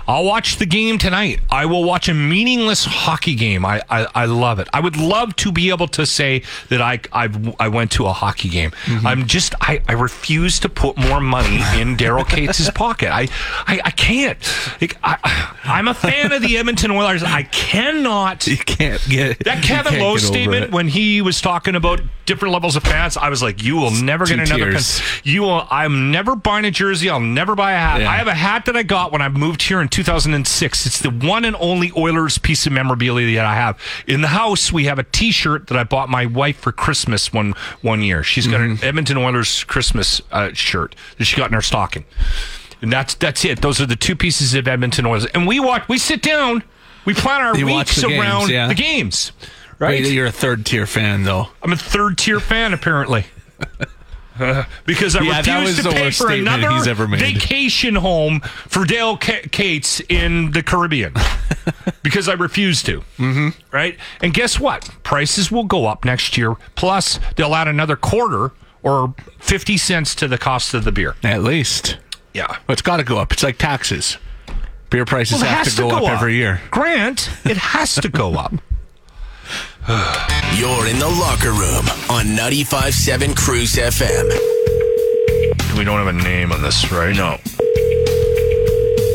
[SPEAKER 4] I'll watch the game tonight. I will watch a meaningless hockey game. I, I, I love it. I would love to be able to say that I I've, I went to a hockey game. I'm just I, I refuse to put more money in Daryl Cates's pocket. I I, I can't. Like, I, I'm a fan of the Edmonton Oilers. I
[SPEAKER 5] [laughs]
[SPEAKER 4] cannot
[SPEAKER 5] you can't get
[SPEAKER 4] that Kevin Lowe statement when he was talking about different levels of fans, I was like, "You will never
[SPEAKER 5] Two
[SPEAKER 4] get another.
[SPEAKER 5] tiers.
[SPEAKER 4] Pen. You will. I'm never never buying a jersey. I'll never buy a hat.
[SPEAKER 5] Yeah.
[SPEAKER 4] I have a hat that I got when I moved here in 2006. It's the one and only Oilers piece of memorabilia that I have. In the house, we have a T-shirt that I bought my wife for Christmas one one year. She's got
[SPEAKER 5] Mm-hmm.
[SPEAKER 4] an Edmonton Oilers Christmas uh, shirt that she got in her stocking. And that's that's it. Those are the two pieces of Edmonton Oilers. And we watch. We sit down. We plan our
[SPEAKER 5] You watch
[SPEAKER 4] weeks
[SPEAKER 5] the games,
[SPEAKER 4] around
[SPEAKER 5] yeah.
[SPEAKER 4] the games.
[SPEAKER 5] Wait, you're a third tier fan though.
[SPEAKER 4] I'm a third tier fan
[SPEAKER 5] [laughs]
[SPEAKER 4] apparently. Uh, because I
[SPEAKER 5] Yeah, that
[SPEAKER 4] refuse
[SPEAKER 5] was
[SPEAKER 4] to
[SPEAKER 5] the
[SPEAKER 4] pay
[SPEAKER 5] worst
[SPEAKER 4] for
[SPEAKER 5] statement
[SPEAKER 4] another
[SPEAKER 5] he's ever made.
[SPEAKER 4] vacation home for Dale Ca- Cates in the
[SPEAKER 5] [laughs]
[SPEAKER 4] Caribbean. because I refuse to. Mm-hmm. Right? And guess what? Prices will go up next year. Plus, they'll add another quarter or 50 cents to the cost of the beer.
[SPEAKER 5] At least.
[SPEAKER 4] Yeah.
[SPEAKER 5] Well, it's got to go up. It's like taxes. Beer prices
[SPEAKER 4] Well, it
[SPEAKER 5] have
[SPEAKER 4] has
[SPEAKER 5] to go, up, every year.
[SPEAKER 4] Grant, it has to go
[SPEAKER 5] [laughs]
[SPEAKER 4] up.
[SPEAKER 1] You're in the locker room on 95.7 Cruise FM.
[SPEAKER 4] we don't have a name on this, right? No.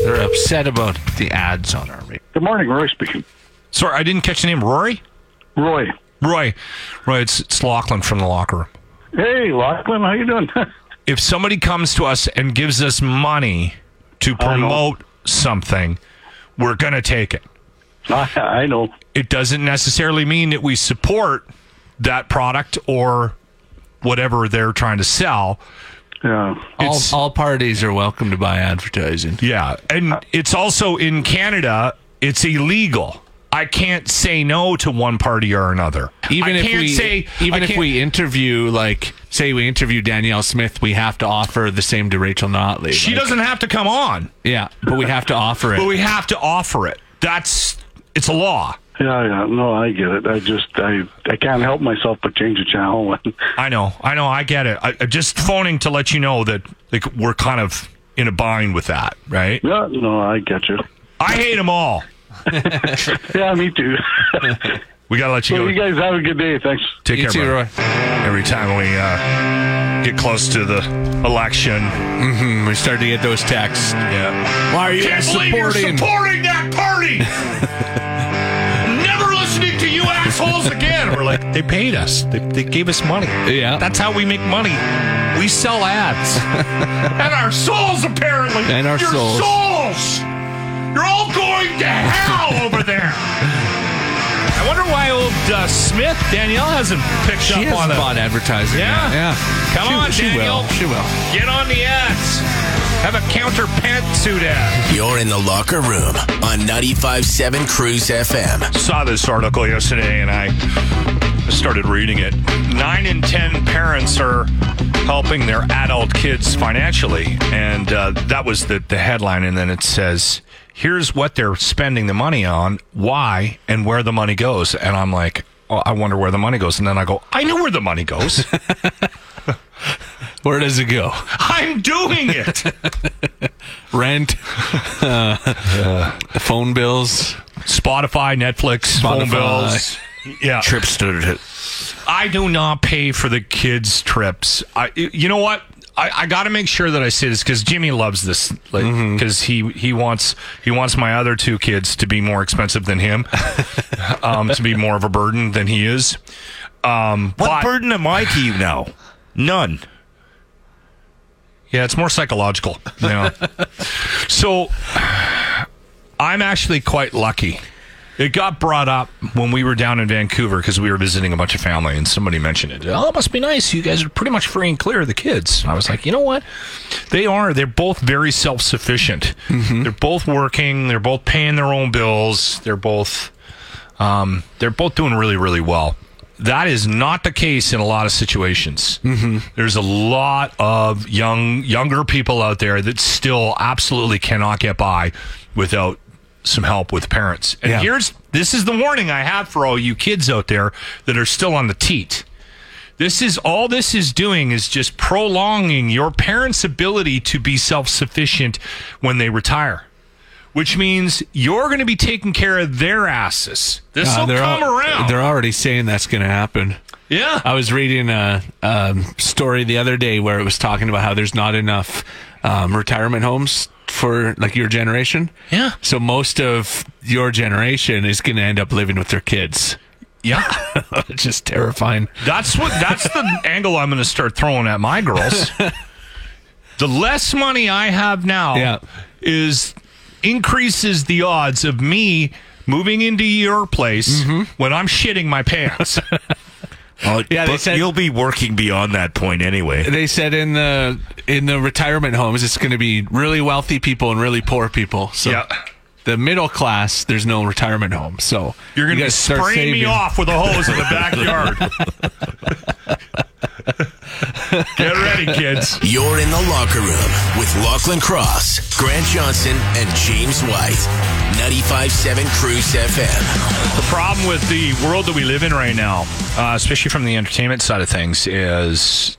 [SPEAKER 5] They're upset about the ads on our radio.
[SPEAKER 7] Good morning, Roy speaking.
[SPEAKER 4] Sorry, I didn't catch the name. Rory?
[SPEAKER 7] Roy.
[SPEAKER 4] Roy, Roy, it's, it's Lachlan from the locker room.
[SPEAKER 7] Hey, Lachlan, how you doing?
[SPEAKER 4] If somebody comes to us and gives us money to promote something, we're going to take it.
[SPEAKER 7] [laughs] I, I know.
[SPEAKER 4] It doesn't necessarily mean that we support that product or whatever they're trying to sell.
[SPEAKER 7] Yeah.
[SPEAKER 5] All,
[SPEAKER 4] It's-
[SPEAKER 5] all parties are welcome to buy advertising.
[SPEAKER 4] Yeah. And it's also in Canada, it's illegal. I can't say no to one party or another.
[SPEAKER 5] Even
[SPEAKER 4] I
[SPEAKER 5] if
[SPEAKER 4] can't
[SPEAKER 5] we
[SPEAKER 4] say,
[SPEAKER 5] even
[SPEAKER 4] I
[SPEAKER 5] if
[SPEAKER 4] can't-
[SPEAKER 5] we interview like say we interview Danielle Smith, we have to offer the same to Rachel Notley.
[SPEAKER 4] she
[SPEAKER 5] Like,
[SPEAKER 4] doesn't have to come on,
[SPEAKER 5] Yeah, but we have to offer
[SPEAKER 4] but
[SPEAKER 5] it.
[SPEAKER 4] we have to offer it. That's it's a law.
[SPEAKER 7] Yeah, yeah. No, I get it. I just, I, I can't help myself but change the channel. [laughs]
[SPEAKER 4] I know, I know, I get it. I, I'm just phoning to let you know that like we're kind of in a bind with that, right?
[SPEAKER 7] yeah, no, I get you.
[SPEAKER 4] I hate them all.
[SPEAKER 7] Yeah, me [laughs] too.
[SPEAKER 4] We gotta let you
[SPEAKER 7] so
[SPEAKER 4] go.
[SPEAKER 7] you guys have a good day. Thanks.
[SPEAKER 4] Take
[SPEAKER 5] You
[SPEAKER 4] care,
[SPEAKER 5] too,
[SPEAKER 4] brother.
[SPEAKER 5] Roy.
[SPEAKER 4] Every time we uh, get close to the election,
[SPEAKER 5] And we start to get those texts.
[SPEAKER 4] yeah,
[SPEAKER 5] Why are you
[SPEAKER 4] can't believe you're
[SPEAKER 5] supporting?
[SPEAKER 4] supporting that party. [laughs] Never listening to you assholes again. We're like, they paid us. They, they gave us money.
[SPEAKER 5] Yeah.
[SPEAKER 4] that's how we make money. We sell ads
[SPEAKER 5] [laughs]
[SPEAKER 4] and our souls, apparently.
[SPEAKER 5] And our
[SPEAKER 4] Your
[SPEAKER 5] souls.
[SPEAKER 4] souls. You're all going to hell over there. I wonder why old uh, Smith Danielle hasn't picked
[SPEAKER 5] She
[SPEAKER 4] up
[SPEAKER 5] has
[SPEAKER 4] on it.
[SPEAKER 5] bought advertising.
[SPEAKER 4] Yeah?
[SPEAKER 5] yet. yeah.
[SPEAKER 4] Come
[SPEAKER 5] she,
[SPEAKER 4] on,
[SPEAKER 5] she
[SPEAKER 4] Daniel.
[SPEAKER 5] will. She will.
[SPEAKER 4] Get on the ads. Have a counter pantsuit ad.
[SPEAKER 1] You're in the locker room on 95.7 Cruise FM.
[SPEAKER 4] Saw this article yesterday and I started reading it. Nine in ten parents are helping their adult kids financially, and uh, that was the the headline. And then it says, "Here's what they're spending the money on, why, and where the money goes." And I'm like. Oh, I wonder where the money goes. And then I go, I know where the money [laughs] goes.
[SPEAKER 5] Where does it go?
[SPEAKER 4] I'm doing it.
[SPEAKER 5] Rent, [laughs] uh, phone bills.
[SPEAKER 4] Spotify, Netflix, phone
[SPEAKER 5] Spotify.
[SPEAKER 4] bills. Yeah.
[SPEAKER 6] Trip stood it.
[SPEAKER 4] I do not pay for the kids' trips. I, you know what? I, I got to make sure that I say this because Jimmy loves this, because
[SPEAKER 6] Mm-hmm.
[SPEAKER 4] he he wants he wants my other two kids to be more expensive
[SPEAKER 6] [laughs]
[SPEAKER 4] than him, um, to be more of a burden than he is. Um,
[SPEAKER 6] What
[SPEAKER 4] but-
[SPEAKER 6] burden am I to you now? None.
[SPEAKER 4] Yeah, it's more psychological. You know? so I'm actually quite lucky. It got brought up when we were down in Vancouver because we were visiting a bunch of family, and somebody mentioned it. Oh, it must be nice. You guys are pretty much free and clear of the kids. And I was like, you know what? They are. They're both very self sufficient. They're both working. They're both paying their own bills. They're both um, they're both doing really, really well. That is not the case in a lot of situations. There's a lot of young, younger people out there that still absolutely cannot get by without some help with parents. And
[SPEAKER 5] Yeah.
[SPEAKER 4] here's this is the warning I have for all you kids out there that are still on the teat. This is all this is doing is just prolonging your parents' ability to be self-sufficient when they retire which means you're going to be taking care of their asses. This
[SPEAKER 5] Uh,
[SPEAKER 4] will
[SPEAKER 5] they're
[SPEAKER 4] come
[SPEAKER 5] al-
[SPEAKER 4] around.
[SPEAKER 5] They're uh, already saying that's going to happen.
[SPEAKER 4] yeah.
[SPEAKER 5] I was reading a um, story the other day where it was talking about how there's not enough um, retirement homes for like your generation.
[SPEAKER 4] Yeah.
[SPEAKER 5] So most of your generation is going to end up living with
[SPEAKER 4] [laughs]
[SPEAKER 5] their kids.
[SPEAKER 4] yeah.
[SPEAKER 5] It's just terrifying. [laughs]
[SPEAKER 4] That's what that's the angle I'm going to start throwing at my girls. The less money I have now
[SPEAKER 5] Yeah.
[SPEAKER 4] is increases the odds of me moving into your place
[SPEAKER 5] Mm-hmm.
[SPEAKER 4] when I'm shitting my
[SPEAKER 5] [laughs]
[SPEAKER 4] pants.
[SPEAKER 6] Oh,
[SPEAKER 5] Yeah, they
[SPEAKER 6] but
[SPEAKER 5] said-
[SPEAKER 6] you'll be working beyond that point anyway.
[SPEAKER 5] They said in the in the retirement homes, it's going to be really wealthy people and really poor people. So
[SPEAKER 4] Yeah.
[SPEAKER 5] the middle class, there's no retirement home. So
[SPEAKER 4] You're going
[SPEAKER 5] you
[SPEAKER 4] to be
[SPEAKER 5] gotta start
[SPEAKER 4] spraying me
[SPEAKER 5] saving.
[SPEAKER 4] off with a hose in the backyard.
[SPEAKER 5] [laughs]
[SPEAKER 4] Get ready, kids.
[SPEAKER 1] You're in the locker room with Lachlan Cross, Grant Johnson, and James White. 95.7 Cruise FM.
[SPEAKER 4] The problem with the world that we live in right now, uh, especially from the entertainment side of things, is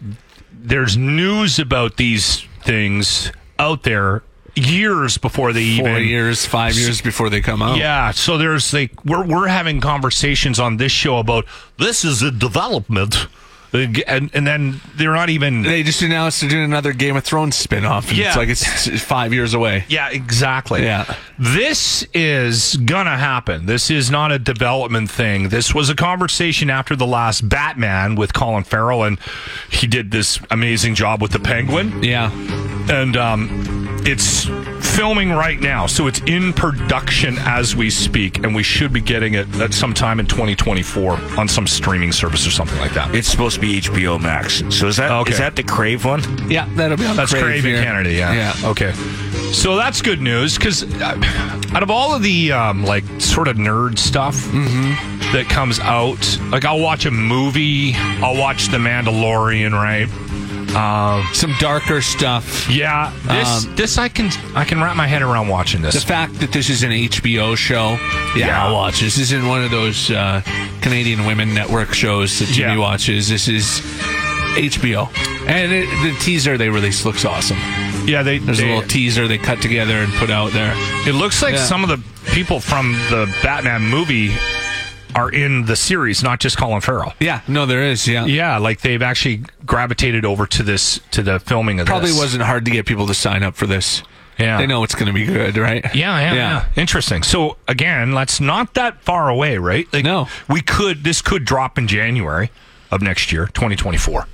[SPEAKER 4] there's news about these things out there years before they
[SPEAKER 5] Four
[SPEAKER 4] even
[SPEAKER 5] years, Oh. five years before they come out.
[SPEAKER 4] Yeah, so there's like we're we're having conversations on this show about this is a development, and and then they're not even.
[SPEAKER 5] They just announced they're doing another Game of Thrones spinoff. And
[SPEAKER 4] Yeah.
[SPEAKER 5] It's like it's it's five years away.
[SPEAKER 4] yeah, exactly.
[SPEAKER 5] Yeah.
[SPEAKER 4] This is going to happen. This is not a development thing. This was a conversation after the last Batman with Colin Farrell, and he did this amazing job with the penguin.
[SPEAKER 5] Yeah.
[SPEAKER 4] And um, it's filming right now. So it's in production as we speak, and we should be getting it at some time in 2024 on some streaming service or something like that.
[SPEAKER 6] It's supposed to be HBO Max. So is that is
[SPEAKER 4] Okay.
[SPEAKER 6] that the Crave one?
[SPEAKER 5] Yeah, that'll be on
[SPEAKER 4] That's
[SPEAKER 5] Crave
[SPEAKER 4] Craven
[SPEAKER 5] here.
[SPEAKER 4] Kennedy, yeah.
[SPEAKER 5] Yeah.
[SPEAKER 4] Okay. So that's good news because out of all of the um, like sort of nerd stuff
[SPEAKER 5] Mm-hmm.
[SPEAKER 4] that comes out, like I'll watch a movie, I'll watch The Mandalorian, right? Um,
[SPEAKER 5] Oh, Some darker stuff.
[SPEAKER 4] yeah, this
[SPEAKER 5] Um,
[SPEAKER 4] this I can I can wrap my head around watching
[SPEAKER 5] The
[SPEAKER 4] this.
[SPEAKER 5] fact that this is an HBO show, yeah,
[SPEAKER 4] Yeah.
[SPEAKER 5] I'll watch. This isn't one of those uh, Canadian Women Network shows that Jimmy
[SPEAKER 4] Yeah.
[SPEAKER 5] watches. This is HBO, and it, the teaser they released looks awesome.
[SPEAKER 4] yeah, they,
[SPEAKER 5] There's
[SPEAKER 4] they-
[SPEAKER 5] a little teaser they cut together and put out there.
[SPEAKER 4] it looks like
[SPEAKER 5] Yeah.
[SPEAKER 4] some of the people from the Batman movie are in the series, not just Colin Farrell.
[SPEAKER 5] Yeah, no, there is. Yeah,
[SPEAKER 4] Yeah, like they've actually gravitated over to this to the filming of
[SPEAKER 5] probably
[SPEAKER 4] this.
[SPEAKER 5] wasn't hard to get people to sign up for this.
[SPEAKER 4] Yeah.
[SPEAKER 5] They know it's going to be good, right?
[SPEAKER 4] Yeah, yeah, yeah, Interesting. So again, that's not that far away, right? Like,
[SPEAKER 5] No.
[SPEAKER 4] we could. This could drop in January of next year, 2024.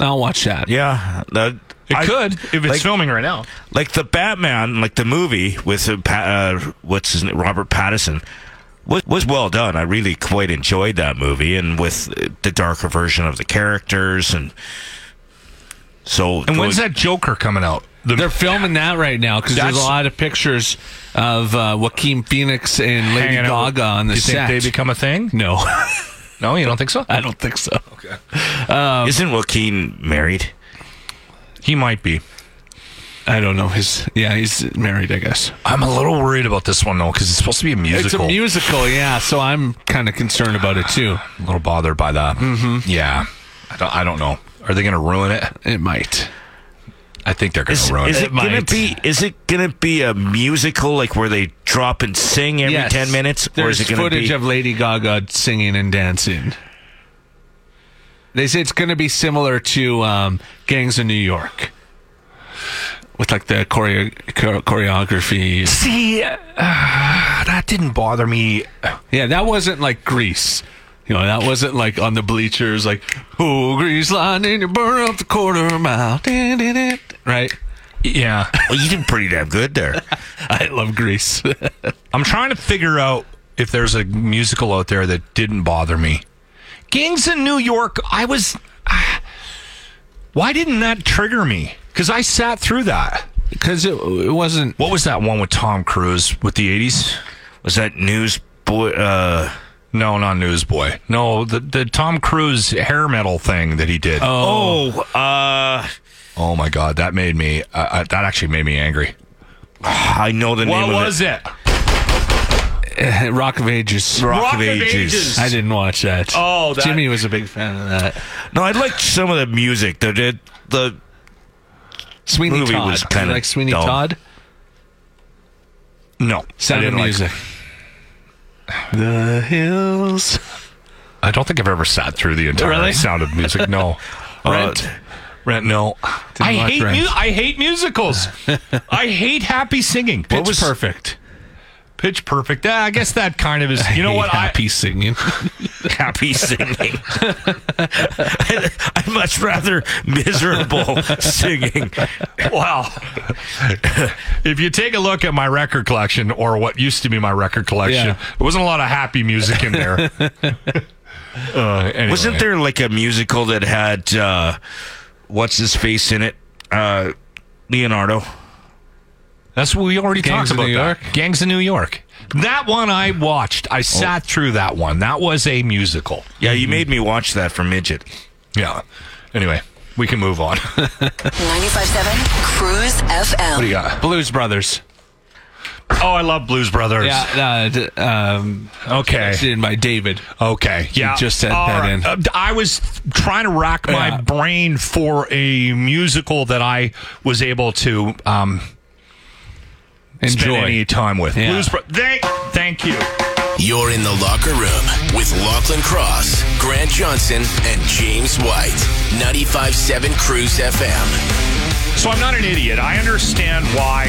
[SPEAKER 5] I'll watch that.
[SPEAKER 6] Yeah, that
[SPEAKER 4] It
[SPEAKER 6] I-
[SPEAKER 4] could if it's
[SPEAKER 6] like-
[SPEAKER 4] filming right now.
[SPEAKER 6] like the Batman, like the movie with uh, Pa- uh, what's his name, Robert Pattinson, was was well done. I really quite enjoyed that movie, and with uh, the darker version of the characters, and so
[SPEAKER 4] And when's that Joker coming out? The,
[SPEAKER 5] They're filming that right now because there's a
[SPEAKER 4] That's-
[SPEAKER 5] lot of pictures of uh, Joaquin Phoenix and Lady
[SPEAKER 4] hanging out-
[SPEAKER 5] Gaga on the
[SPEAKER 4] you
[SPEAKER 5] set.
[SPEAKER 4] Think they become a thing?
[SPEAKER 5] no, [laughs]
[SPEAKER 4] No, you don't think so?
[SPEAKER 5] I don't think so. Okay.
[SPEAKER 6] Isn't Joaquin married?
[SPEAKER 4] He might be.
[SPEAKER 5] I don't know his. Yeah, he's married, I guess.
[SPEAKER 4] I'm a little worried about this one though, because it's supposed to be a musical.
[SPEAKER 5] It's a musical, yeah. So I'm kind of concerned about it too.
[SPEAKER 4] I'm a little bothered by that. Mm-hmm. Yeah, I don't. I don't know. Are they going to ruin it?
[SPEAKER 5] It might.
[SPEAKER 4] I think they're going
[SPEAKER 6] Is,
[SPEAKER 4] to ruin
[SPEAKER 6] is
[SPEAKER 4] it.
[SPEAKER 6] it, gonna
[SPEAKER 5] might.
[SPEAKER 6] be? Is it gonna be a musical like where they drop and sing every
[SPEAKER 5] Yes.
[SPEAKER 6] ten minutes, or
[SPEAKER 5] There's
[SPEAKER 6] is it gonna
[SPEAKER 5] footage
[SPEAKER 6] be?
[SPEAKER 5] of Lady Gaga singing and dancing. They say it's going to be similar to um, Gangs of New York, with like the choreo- chor- choreography.
[SPEAKER 4] See, uh, that didn't bother me
[SPEAKER 5] Yeah, that wasn't like Grease. You know, that wasn't like on the bleachers, like, oh, Grease line and you burn up the quarter mile. Da-da-da. Right?
[SPEAKER 4] Yeah.
[SPEAKER 6] well, you did pretty damn good
[SPEAKER 4] [laughs]
[SPEAKER 6] there.
[SPEAKER 5] I love Grease. [laughs]
[SPEAKER 4] I'm trying to figure out if there's a musical out there that didn't bother me. Gangs in New York, I was. [sighs] ah, why didn't that trigger me? Because I sat through that.
[SPEAKER 5] Because it, it wasn't.
[SPEAKER 4] What was that one with Tom Cruise with the 80s?
[SPEAKER 6] Was that newsboy? Uh,
[SPEAKER 4] No, not Newsboy. No, the, the Tom Cruise hair metal thing that he did. Oh,
[SPEAKER 6] oh, uh,
[SPEAKER 4] my God. That made me. Uh, uh, that actually made me angry.
[SPEAKER 6] I know the name
[SPEAKER 4] What
[SPEAKER 6] of
[SPEAKER 4] was it?
[SPEAKER 5] [laughs] Rock of Ages.
[SPEAKER 6] Rock,
[SPEAKER 4] Rock
[SPEAKER 6] of
[SPEAKER 4] of
[SPEAKER 6] Ages.
[SPEAKER 4] Ages.
[SPEAKER 5] I didn't watch that.
[SPEAKER 4] Oh, that-
[SPEAKER 5] Jimmy was a big fan of that.
[SPEAKER 6] No, I liked some of the music. The the, the
[SPEAKER 5] Sweeney
[SPEAKER 6] Movie
[SPEAKER 5] Todd.
[SPEAKER 6] was
[SPEAKER 5] You
[SPEAKER 6] kinda
[SPEAKER 5] like Sweeney
[SPEAKER 6] dumb.
[SPEAKER 5] Todd?
[SPEAKER 4] No. I
[SPEAKER 5] Sound of
[SPEAKER 4] didn't like- [laughs]
[SPEAKER 5] Music. the hills.
[SPEAKER 4] I don't think I've ever sat through the entire
[SPEAKER 5] Really?
[SPEAKER 4] sound of music. No.
[SPEAKER 6] [laughs]
[SPEAKER 5] Rent?
[SPEAKER 4] Uh, Rent, no. I
[SPEAKER 5] watch
[SPEAKER 4] hate
[SPEAKER 5] Rent. [laughs]
[SPEAKER 4] mu- I hate musicals. I hate happy singing.
[SPEAKER 5] Pitch Perfect.
[SPEAKER 4] Pitch Perfect. Ah, I guess that kind of is. You
[SPEAKER 5] [laughs]
[SPEAKER 4] know what? I, [laughs]
[SPEAKER 5] Happy singing.
[SPEAKER 6] happy singing. I'd much rather miserable singing.
[SPEAKER 4] Wow. if you take a look at my record collection, or what used to be my record collection,
[SPEAKER 5] Yeah.
[SPEAKER 4] there wasn't a lot of happy music in
[SPEAKER 5] [laughs]
[SPEAKER 4] there. uh, anyway.
[SPEAKER 6] Wasn't there like a musical that had uh, what's his face in it? Uh, Leonardo.
[SPEAKER 4] That's what we already talked
[SPEAKER 5] Gangs of
[SPEAKER 4] about.
[SPEAKER 5] New
[SPEAKER 4] that.
[SPEAKER 5] York? Oh.
[SPEAKER 4] Gangs of New York. That one I watched. I sat through that one. That was a musical.
[SPEAKER 6] Yeah,
[SPEAKER 5] Mm-hmm.
[SPEAKER 6] you made me watch that for midget.
[SPEAKER 4] Yeah. Anyway, we can move
[SPEAKER 5] [laughs]
[SPEAKER 4] on. what
[SPEAKER 8] 957 Cruise
[SPEAKER 4] do
[SPEAKER 8] FM.
[SPEAKER 4] you got?
[SPEAKER 5] Blues Brothers.
[SPEAKER 4] Oh, I love Blues Brothers.
[SPEAKER 5] Yeah. Uh, d- um,
[SPEAKER 4] Okay.
[SPEAKER 5] Did by David.
[SPEAKER 4] Okay. Yeah.
[SPEAKER 5] just said
[SPEAKER 4] All
[SPEAKER 5] that
[SPEAKER 4] right.
[SPEAKER 5] in.
[SPEAKER 4] Uh, I was trying to rack my
[SPEAKER 5] Yeah.
[SPEAKER 4] brain for a musical that I was able to um, spend
[SPEAKER 5] Enjoy.
[SPEAKER 4] any time with.
[SPEAKER 5] Yeah.
[SPEAKER 4] Blues Bro- thank, thank you.
[SPEAKER 1] You're in the locker room with Lachlan Cross, Grant Johnson, and James White. 95.7 Cruise FM.
[SPEAKER 4] So I'm not an idiot. I understand why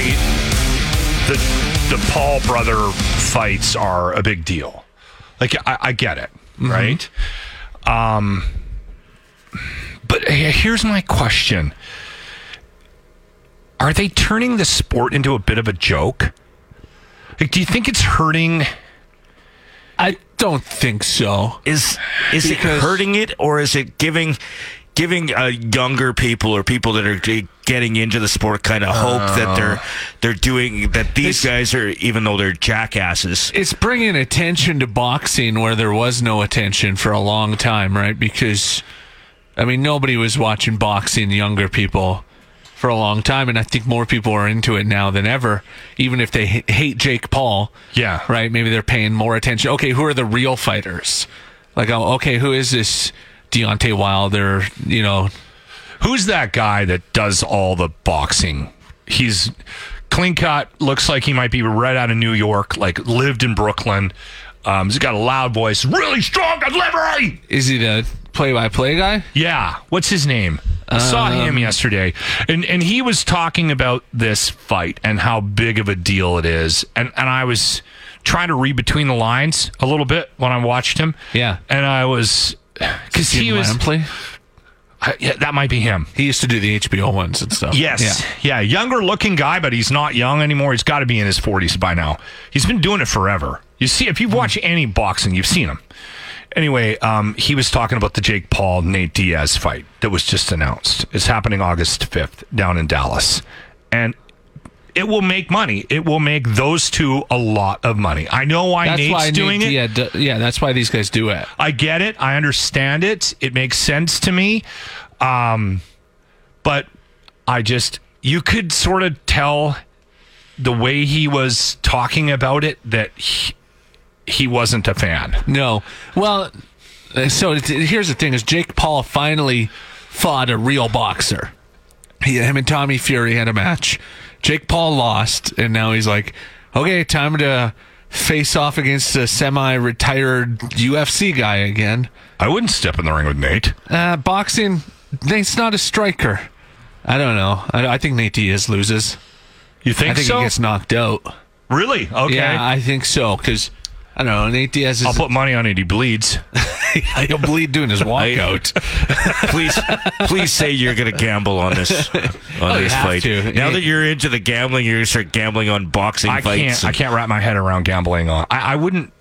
[SPEAKER 4] the the Paul brother fights are a big deal. Like I, I get it, right? Um, but he- here's my question: Are they turning the sport into a bit of a joke? Like, do you think it's hurting?
[SPEAKER 5] I don't think so.
[SPEAKER 6] Is is it
[SPEAKER 5] Because-
[SPEAKER 6] hurting it or is it giving giving uh, younger people or people that are g- getting into the sport kind of hope that
[SPEAKER 5] Oh.
[SPEAKER 6] they're they're doing that these guys are even though they're jackasses.
[SPEAKER 5] It's bringing attention to boxing where there was no attention for a long time, right? Because, I mean, nobody was watching boxing, younger people, for a long time. And I think more people are into it now than ever, even if they h- hate Jake Paul.
[SPEAKER 4] Yeah.
[SPEAKER 5] Right? Maybe they're paying more attention. Okay, who are the real fighters? Like, oh, okay, who is this Deontay Wilder? You know,
[SPEAKER 4] Who's that guy that does all the boxing? He's clean cut, looks like he might be right out of New York, like lived in Brooklyn. Um, he's got a loud voice, really strong delivery.
[SPEAKER 5] is he the play by play guy?
[SPEAKER 4] Yeah, what's his name? I saw him yesterday, and and he was talking about this fight and how big of a deal it is, and and I was trying to read between the lines a little bit when I watched him.
[SPEAKER 5] Yeah.
[SPEAKER 4] and I was because he
[SPEAKER 5] Jim
[SPEAKER 4] was
[SPEAKER 5] Lampley?
[SPEAKER 4] I, yeah, that might be him.
[SPEAKER 5] He used to do the HBO ones and stuff.
[SPEAKER 4] Yes. Yeah. Younger looking guy, but he's not young anymore. He's got to be in his 40s by now. He's been doing it forever. You see, if
[SPEAKER 5] Hmm.
[SPEAKER 4] you've watched any boxing, you've seen him. Anyway, um, he was talking about the Jake Paul Nate Diaz fight that was just announced. It's happening August 5th down in Dallas. And it will make money. It will make those two a lot of money. I know why
[SPEAKER 5] That's
[SPEAKER 4] Nate's
[SPEAKER 5] why
[SPEAKER 4] doing it.
[SPEAKER 5] Nate, Yeah, d- yeah, that's why these guys do it.
[SPEAKER 4] I get it. I understand it. It makes sense to me. Um, but I just, you could sort of tell the way he was talking about it that he, he wasn't a fan.
[SPEAKER 5] No. Well, uh, so it's- here's the thing: is Jake Paul finally fought a real boxer? He, him and Tommy Fury had a match. Jake Paul lost, and now he's like, okay, time to face off against a semi-retired UFC guy again.
[SPEAKER 4] I wouldn't step in the ring with Nate.
[SPEAKER 5] Uh, boxing, Nate's not a striker. I don't know. I, I think Nate Diaz loses.
[SPEAKER 4] You think,
[SPEAKER 5] I think
[SPEAKER 4] so?
[SPEAKER 5] he gets knocked out.
[SPEAKER 4] really? Okay.
[SPEAKER 5] Yeah, I think so. Because I don't know. Nate Diaz is
[SPEAKER 4] I'll put money on it. He bleeds.
[SPEAKER 5] [laughs] He'll bleed doing his walkout.
[SPEAKER 6] Please, please say you're going to gamble on this on
[SPEAKER 5] you
[SPEAKER 6] this
[SPEAKER 5] have
[SPEAKER 6] fight.
[SPEAKER 5] to.
[SPEAKER 6] Now
[SPEAKER 5] It-
[SPEAKER 6] that you're into the gambling, you're going to start gambling on boxing
[SPEAKER 4] I
[SPEAKER 6] fights.
[SPEAKER 4] can't. I
[SPEAKER 6] and-
[SPEAKER 4] can't wrap my head around gambling on. I, I wouldn't.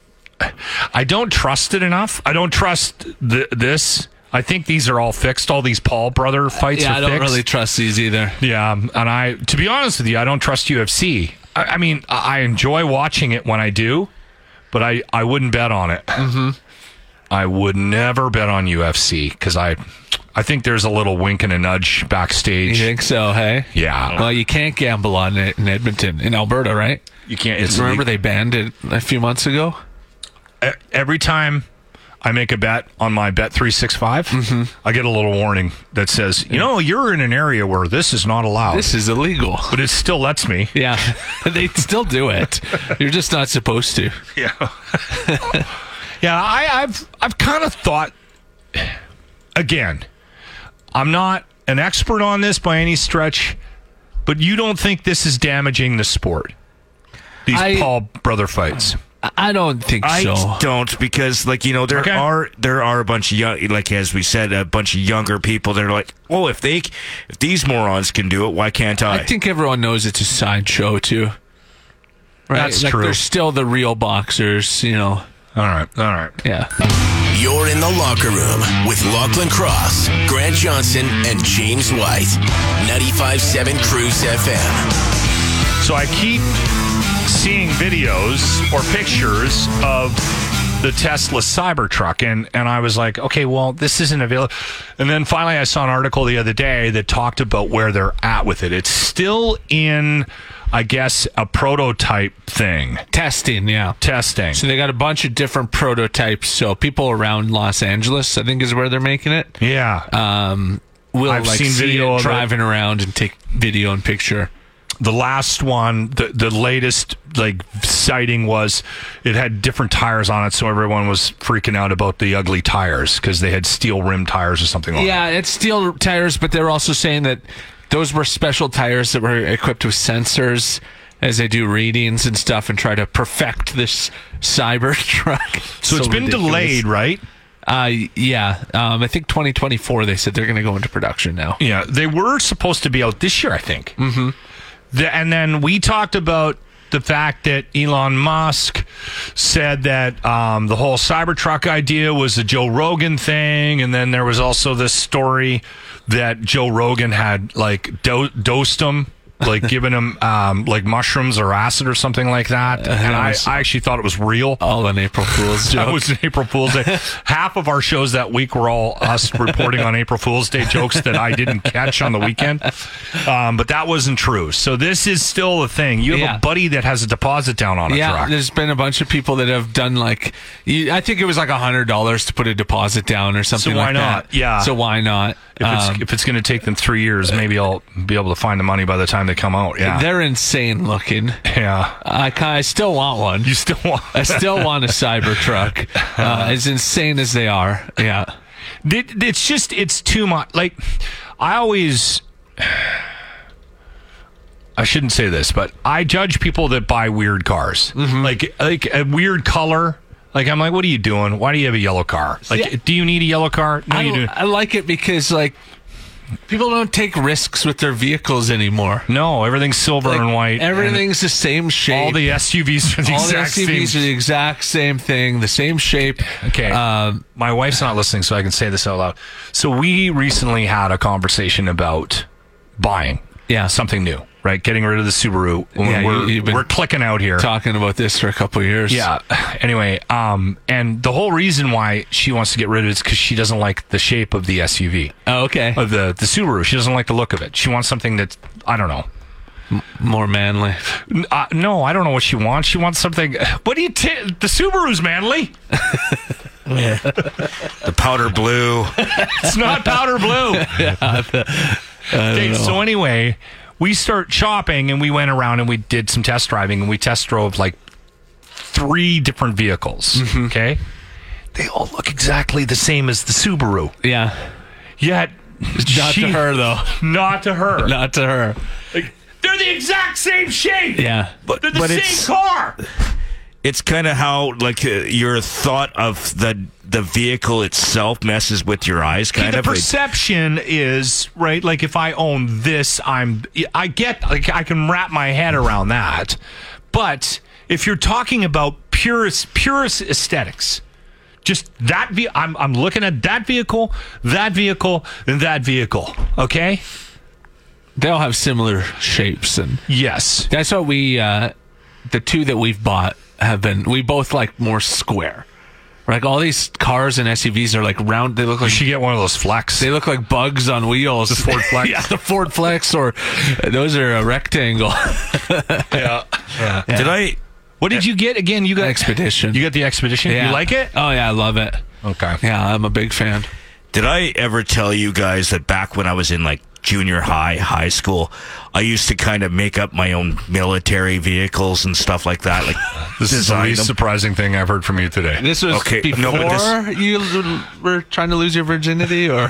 [SPEAKER 4] I don't trust it enough. I don't trust th- this. I think these are all fixed. All these Paul brother fights
[SPEAKER 5] yeah,
[SPEAKER 4] are
[SPEAKER 5] I don't
[SPEAKER 4] fixed.
[SPEAKER 5] really trust these either.
[SPEAKER 4] Yeah, um, and I, to be honest with you, I don't trust UFC. I, I mean, I I enjoy watching it when I do, but I, I wouldn't bet on it. Mm-hmm. I would never bet on UFC because I, I think there's a little wink and a nudge
[SPEAKER 5] You
[SPEAKER 4] backstage.
[SPEAKER 5] think so? Hey.
[SPEAKER 4] Yeah.
[SPEAKER 5] Well, you can't gamble on it in Edmonton, in Alberta, right?
[SPEAKER 4] You can't. It's
[SPEAKER 5] Remember they banned it a few months ago.
[SPEAKER 4] e- every time I make a bet on my bet 365,
[SPEAKER 5] Mm-hmm.
[SPEAKER 4] I get a little warning that says, you know, you're in an area where this is not allowed,
[SPEAKER 5] This is illegal.
[SPEAKER 4] but it still lets me.
[SPEAKER 5] [laughs] Yeah, [laughs] they still do it. You're just not supposed to.
[SPEAKER 4] Yeah. yeah, I, I've I've kind of thought again, I'm not an expert on this by any stretch, but you don't think this is damaging the sport.
[SPEAKER 9] These
[SPEAKER 5] I-
[SPEAKER 9] Paul brother fights.
[SPEAKER 5] I don't think
[SPEAKER 6] I
[SPEAKER 5] so.
[SPEAKER 6] don't because like you know there
[SPEAKER 9] Okay.
[SPEAKER 6] are there are a bunch of young like as we said a bunch of younger people that are like well if they if these morons can do it why can't I?
[SPEAKER 5] I think everyone knows it's a sideshow too. Right?
[SPEAKER 9] That's
[SPEAKER 5] like
[SPEAKER 9] true.
[SPEAKER 5] They're still the real boxers, you know.
[SPEAKER 9] All right, all right.
[SPEAKER 5] Yeah.
[SPEAKER 1] You're in the locker room with Lachlan Cross, Grant Johnson, and James White. 95.7 Cruise FM.
[SPEAKER 4] So I keep seeing videos or pictures of the Tesla Cybertruck, and and I was like, okay, well, this isn't available. And then finally, I saw an article the other day that talked about where they're at with it. It's still in, I guess, a prototype thing
[SPEAKER 5] Testing, yeah.
[SPEAKER 4] testing.
[SPEAKER 5] So they got a bunch of different prototypes. So people around Los Angeles, I think, is where they're making it.
[SPEAKER 4] Yeah,
[SPEAKER 5] Um, will
[SPEAKER 4] I've
[SPEAKER 5] like
[SPEAKER 4] seen
[SPEAKER 5] see
[SPEAKER 4] video
[SPEAKER 5] it
[SPEAKER 4] of it.
[SPEAKER 5] driving around and take video and picture.
[SPEAKER 4] the last one, the the latest like sighting was it had different tires on it, so everyone was freaking out about the ugly tires because they had steel rim tires or something like that.
[SPEAKER 5] Yeah, it's steel tires, but they're also saying that those were special tires that were equipped with sensors as they do readings and stuff and try to perfect this cyber [laughs] truck.
[SPEAKER 4] So, it's been
[SPEAKER 5] ridiculous.
[SPEAKER 4] delayed, right?
[SPEAKER 5] Uh, yeah, um, I think 2024. They said they're going to go into production now.
[SPEAKER 4] Yeah, they were supposed to be out this year, I think. Mm-hmm. and then we talked about the fact that Elon Musk said that um, the whole Cybertruck idea was a Joe Rogan thing, and then there was also this story that Joe Rogan had like do- dosed him. like [laughs] giving him um, like mushrooms or acid or something like that, and Uh, I, Oh, I actually thought it was real.
[SPEAKER 5] All an April
[SPEAKER 4] [laughs]
[SPEAKER 5] Fool's joke.
[SPEAKER 4] That was an April Fool's
[SPEAKER 5] [laughs]
[SPEAKER 4] Day. Half of our shows that week were all us reporting on April Fool's Day jokes that I didn't catch on the weekend. Um, but that wasn't true. So this is still a thing. You have
[SPEAKER 5] Yeah.
[SPEAKER 4] a buddy that has a deposit down on a
[SPEAKER 5] yeah,
[SPEAKER 4] truck.
[SPEAKER 5] there's been a bunch of people that have done like, you, I think it was like a hundred dollars to put a deposit down or something.
[SPEAKER 4] why
[SPEAKER 5] like
[SPEAKER 4] not?
[SPEAKER 5] That.
[SPEAKER 4] Yeah.
[SPEAKER 5] So why not?
[SPEAKER 4] If it's,
[SPEAKER 5] Um,
[SPEAKER 4] if it's going to take them three years, maybe I'll be able to find the money by the time they come out. Yeah.
[SPEAKER 5] They're insane looking.
[SPEAKER 4] yeah.
[SPEAKER 5] I ki- I still want one.
[SPEAKER 4] You still want.
[SPEAKER 5] [laughs] I
[SPEAKER 4] [laughs]
[SPEAKER 5] still want a Cybertruck. Uh, as insane as they are. Yeah.
[SPEAKER 4] It- It's just, it's too much. Like, I always. I shouldn't say this, but I judge people that buy weird cars,
[SPEAKER 5] Mm-hmm.
[SPEAKER 4] like like a weird color. Like I'm like, what are you doing? Why do you have a yellow car? Like,
[SPEAKER 5] Yeah.
[SPEAKER 4] do you need a yellow car? No,
[SPEAKER 5] I,
[SPEAKER 4] you do.
[SPEAKER 5] I like it because like people don't take risks with their vehicles anymore.
[SPEAKER 4] No, everything's silver
[SPEAKER 5] Like,
[SPEAKER 4] and white. and
[SPEAKER 5] Everything's the same shape.
[SPEAKER 4] all
[SPEAKER 5] [laughs]
[SPEAKER 4] the SUVs are the
[SPEAKER 5] All the
[SPEAKER 4] exact
[SPEAKER 5] SUVs
[SPEAKER 4] same.
[SPEAKER 5] are the exact same thing, the same shape.
[SPEAKER 4] Okay.
[SPEAKER 5] Um,
[SPEAKER 4] My wife's not listening, so I can say this out loud. So we recently had a conversation about buying,
[SPEAKER 5] Yeah.
[SPEAKER 4] uh, something new, right? Getting rid of the Subaru.
[SPEAKER 5] Yeah, you-
[SPEAKER 4] we're,
[SPEAKER 5] you've been
[SPEAKER 4] we're clicking out here.
[SPEAKER 5] talking about this for a couple years.
[SPEAKER 4] Yeah. [laughs] Anyway, um, and the whole reason why she wants to get rid of it is because she doesn't like the shape of the SUV,
[SPEAKER 5] Oh, okay.
[SPEAKER 4] of the the Subaru. She doesn't like the look of it. She wants something that's I don't know.
[SPEAKER 5] More manly.
[SPEAKER 4] N- Uh, no, I don't know what she wants. She wants something. [sighs] What do you? T- the Subaru's manly.
[SPEAKER 6] the powder blue.
[SPEAKER 4] It's not powder
[SPEAKER 5] [laughs]
[SPEAKER 4] blue. okay, so anyway, we start shopping and we went around and we did some test driving and we test drove like three different vehicles.
[SPEAKER 5] Mm-hmm.
[SPEAKER 4] Okay. They all look exactly the same as the Subaru.
[SPEAKER 5] Yeah.
[SPEAKER 4] Yet
[SPEAKER 5] Not
[SPEAKER 4] she-
[SPEAKER 5] to her though.
[SPEAKER 4] Not to her.
[SPEAKER 5] [laughs] Not to her.
[SPEAKER 4] Like, they're the exact same shape.
[SPEAKER 5] Yeah.
[SPEAKER 6] But-
[SPEAKER 4] they're the
[SPEAKER 6] but
[SPEAKER 4] same
[SPEAKER 6] it's-
[SPEAKER 4] car.
[SPEAKER 6] it's kind of how like uh, your thought of the the vehicle itself messes with your eyes
[SPEAKER 4] Okay,
[SPEAKER 6] kind
[SPEAKER 4] the
[SPEAKER 6] of It-
[SPEAKER 4] perception is right. Like if I own this, I'm. I get. Like I can wrap my head around that. But if you're talking about purest purest aesthetics, just that. Ve- I'm I'm looking at that vehicle, that vehicle, and that vehicle. Okay.
[SPEAKER 5] They all have similar shapes and
[SPEAKER 4] Yes.
[SPEAKER 5] That's what we, uh, the two that we've bought have been, we both like more square. Like all these cars and SUVs are like round. They look like
[SPEAKER 4] You get one of those flex.
[SPEAKER 5] they look like bugs on wheels. The Ford Flex, [laughs] yeah, the Ford Flex, or those are a rectangle
[SPEAKER 6] did i
[SPEAKER 4] What did you get again? You got
[SPEAKER 5] [laughs] expedition.
[SPEAKER 4] You got the expedition.
[SPEAKER 5] Yeah.
[SPEAKER 4] You like it?
[SPEAKER 5] Oh yeah, I love it.
[SPEAKER 4] Okay.
[SPEAKER 5] Yeah, I'm a big fan.
[SPEAKER 6] did i ever tell you guys that back when i was in like junior high high school i used to kind of make up my own military vehicles and stuff like [laughs] that like
[SPEAKER 4] This is the
[SPEAKER 6] design
[SPEAKER 4] least
[SPEAKER 6] them. Mm.
[SPEAKER 4] surprising thing I've heard from you today.
[SPEAKER 5] This was
[SPEAKER 6] Okay,
[SPEAKER 5] before
[SPEAKER 6] no, but this-
[SPEAKER 5] you l- were trying to lose your virginity, or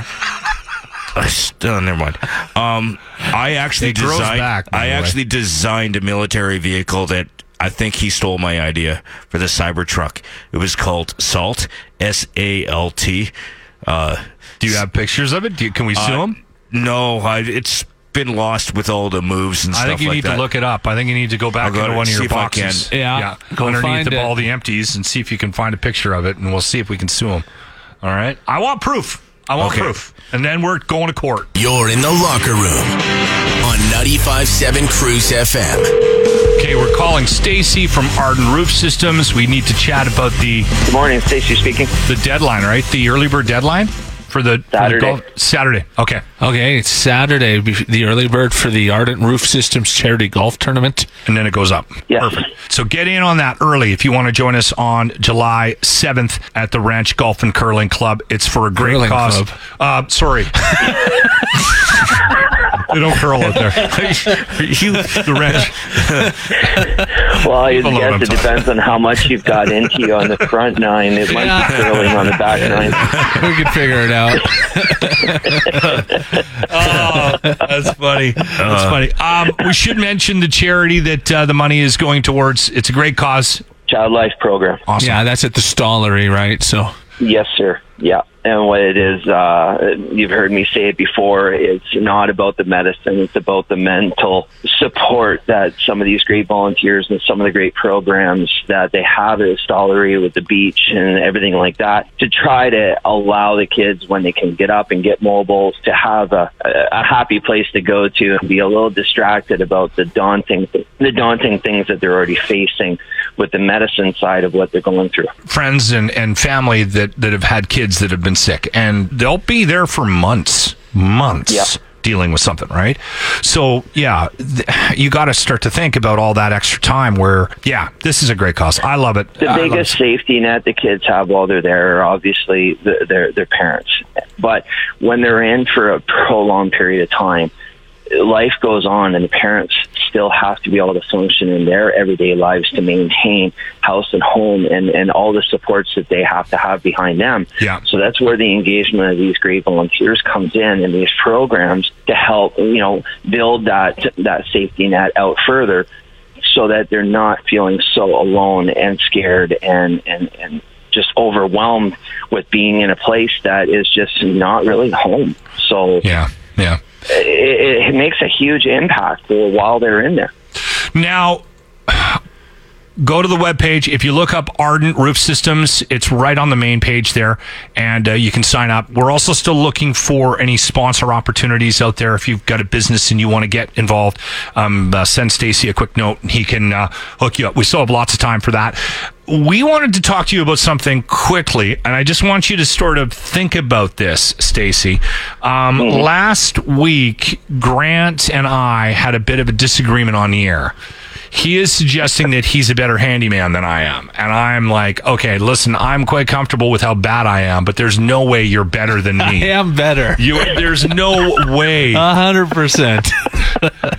[SPEAKER 6] oh, never mind um i actually
[SPEAKER 4] grows
[SPEAKER 6] designed
[SPEAKER 4] back, by
[SPEAKER 6] i
[SPEAKER 4] the way.
[SPEAKER 6] actually designed a military vehicle that I think he stole my idea for the Cybertruck. It was called Salt, S A L T. Uh,
[SPEAKER 4] Do you have pictures of it? Do you, can we sue
[SPEAKER 6] uh,
[SPEAKER 4] him?
[SPEAKER 6] No, I, it's been lost with all the moves and
[SPEAKER 4] I
[SPEAKER 6] stuff
[SPEAKER 4] think you
[SPEAKER 6] like
[SPEAKER 4] need
[SPEAKER 6] that.
[SPEAKER 4] to look it up. I think you need to go
[SPEAKER 6] I'll
[SPEAKER 4] back
[SPEAKER 6] go
[SPEAKER 4] into
[SPEAKER 6] to-
[SPEAKER 4] one of
[SPEAKER 6] see
[SPEAKER 4] your
[SPEAKER 6] if I can.
[SPEAKER 4] boxes.
[SPEAKER 5] Yeah. Go
[SPEAKER 4] underneath
[SPEAKER 5] find
[SPEAKER 4] the,
[SPEAKER 5] it.
[SPEAKER 4] all the empties and see if you can find a picture of it, and we'll see if we can sue him. All right. I want proof. I want
[SPEAKER 6] Okay.
[SPEAKER 4] proof, and then we're going to court.
[SPEAKER 1] You're in the locker room on 95.7 Cruise FM.
[SPEAKER 4] Okay, we're calling Stacy from Arden Roof Systems. We need to chat about the
[SPEAKER 10] Good morning, Stacy speaking.
[SPEAKER 4] the deadline, right? The early bird deadline for the for the
[SPEAKER 10] Saturday.
[SPEAKER 4] golf- Saturday. Okay.
[SPEAKER 5] Okay, it's Saturday, bef- the early bird for the Ardent Roof Systems Charity Golf Tournament.
[SPEAKER 4] and then it goes up.
[SPEAKER 10] Yes.
[SPEAKER 4] Perfect. So get in on that early if you want to join us on July 7th at the Ranch Golf and Curling Club. It's for a great
[SPEAKER 5] Curling
[SPEAKER 4] cause.
[SPEAKER 5] club.
[SPEAKER 4] Uh, sorry. [laughs] they don't curl out there. [laughs] you, the ranch.
[SPEAKER 10] Well, I
[SPEAKER 4] Hello, I'm
[SPEAKER 10] guess it
[SPEAKER 4] sorry.
[SPEAKER 10] depends on how much you've got into you on the front nine. It might be curling on the back
[SPEAKER 5] [laughs]
[SPEAKER 10] nine.
[SPEAKER 5] [laughs] We can figure it out.
[SPEAKER 4] Oh, That's funny. That's funny. Um, we should mention the charity that uh, the money is going towards. It's a great cause.
[SPEAKER 10] Child life program.
[SPEAKER 5] Yeah, that's at the Stollery, right? So
[SPEAKER 10] Yes, sir. Yeah. And what it is, uh, you've heard me say it before, it's not about the medicine, it's about the mental support that some of these great volunteers and some of the great programs that they have at Stollery with the beach and everything like that to try to allow the kids when they can get up and get mobile to have a, a happy place to go to and be a little distracted about the daunting, the daunting things that they're already facing with the medicine side of what they're going through.
[SPEAKER 4] friends and, and family that, that have had kids that have been sick, and they'll be there for months, months
[SPEAKER 10] Yeah.
[SPEAKER 4] dealing with something, right? So, yeah, th- you got to start to think about all that extra time where, yeah, this is a great cause. I love it.
[SPEAKER 10] the
[SPEAKER 4] I love
[SPEAKER 10] biggest
[SPEAKER 4] it.
[SPEAKER 10] safety net the kids have while they're there are obviously the, their their parents. But when they're in for a prolonged period of time, life goes on, and the parents still have to be able to function in their everyday lives to maintain house and home and and all the supports that they have to have behind them.
[SPEAKER 4] Yeah.
[SPEAKER 10] So that's where the engagement of these great volunteers comes in, and these programs to help you know build that that safety net out further so that they're not feeling so alone and scared and and and just overwhelmed with being in a place that is just not really home. So
[SPEAKER 4] Yeah, yeah.
[SPEAKER 10] it, it makes a huge impact for while they're in there.
[SPEAKER 4] Now, go to the webpage. If you look up Ardent Roof Systems, it's right on the main page there, and uh, you can sign up. We're also still looking for any sponsor opportunities out there. If you've got a business and you want to get involved, um, uh, send Stacy a quick note, and he can uh, hook you up. We still have lots of time for that. We wanted to talk to you about something quickly, and I just want you to sort of think about this, Stacy. Um, Last week, Grant and I had a bit of a disagreement on the air he is suggesting that he's a better handyman than I am. And I'm like, okay, listen, I'm quite comfortable with how bad I am, but there's no way you're better than
[SPEAKER 5] I [laughs]
[SPEAKER 4] me.
[SPEAKER 5] am better.
[SPEAKER 4] You, there's no way.
[SPEAKER 5] A hundred percent.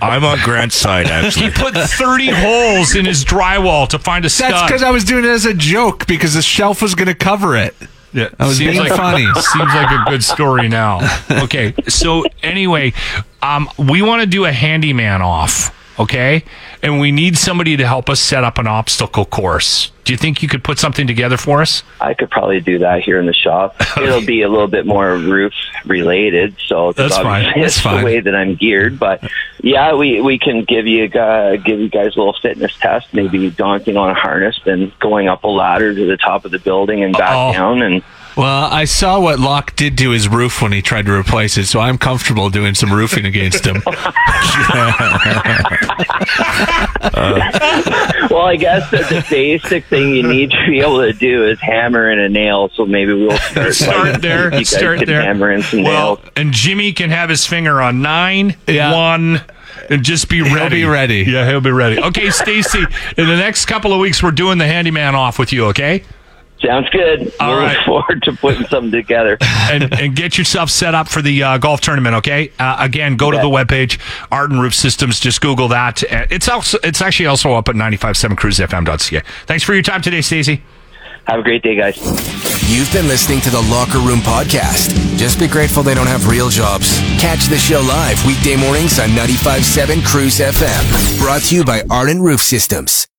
[SPEAKER 6] I'm on Grant's
[SPEAKER 4] [laughs]
[SPEAKER 6] side, actually.
[SPEAKER 4] He put 30 holes in his drywall to find a stud.
[SPEAKER 5] [laughs] That's because I was doing it as a joke because the shelf was going to cover it.
[SPEAKER 4] Yeah,
[SPEAKER 5] I was being funny.
[SPEAKER 4] [laughs] Seems like a good story now. Okay, so anyway, um, we want to do a handyman off, okay? And we need somebody to help us set up an obstacle course. Do you think you could put something together for us?
[SPEAKER 10] I could probably do that here in
[SPEAKER 4] [laughs]
[SPEAKER 10] the shop. It'll be a little bit more roof related, so
[SPEAKER 4] That's fine.
[SPEAKER 10] [laughs] obviously
[SPEAKER 4] That's
[SPEAKER 10] it's
[SPEAKER 4] fine.
[SPEAKER 10] the way that I'm geared. But yeah, we we can give you uh, give you guys a little fitness test, maybe daunting on a harness, then going up a ladder to the top of the building and back
[SPEAKER 4] Uh-oh.
[SPEAKER 10] down, and
[SPEAKER 5] [laughs] Well, I saw what Locke did to his roof when he tried to replace it, so I'm comfortable doing some roofing against him.
[SPEAKER 10] Well, I guess that the basic thing you need to be able to do is hammer in a nail. So maybe
[SPEAKER 4] [laughs]
[SPEAKER 10] we'll start, by-
[SPEAKER 4] Start there.
[SPEAKER 10] You guys
[SPEAKER 4] start
[SPEAKER 10] can
[SPEAKER 4] there.
[SPEAKER 10] Hammer in some
[SPEAKER 4] well,
[SPEAKER 10] nails.
[SPEAKER 4] and Jimmy can have his finger on nine,
[SPEAKER 5] Yeah.
[SPEAKER 4] one, and just be ready.
[SPEAKER 5] be ready.
[SPEAKER 4] Yeah, he'll be ready. Okay, Stacy. [laughs] In the next couple of weeks, we're doing the handyman off with you. Okay,
[SPEAKER 10] Sounds good.
[SPEAKER 4] All
[SPEAKER 10] we'll
[SPEAKER 4] right.
[SPEAKER 10] look forward to putting
[SPEAKER 4] [laughs]
[SPEAKER 10] something together.
[SPEAKER 4] and and get yourself set up for the uh, golf tournament. Okay. Uh, again, go to the webpage Arden Roof Systems. Just Google that. Uh, It's also it's actually also up at 957cruisefm.ca. Thanks for your time today, Stacy.
[SPEAKER 10] Have a great day, guys.
[SPEAKER 1] You've been listening to the Locker Room Podcast. Just be grateful they don't have real jobs. Catch the show live weekday mornings on 95.7 Cruise FM. Brought to you by Ardent Roof Systems.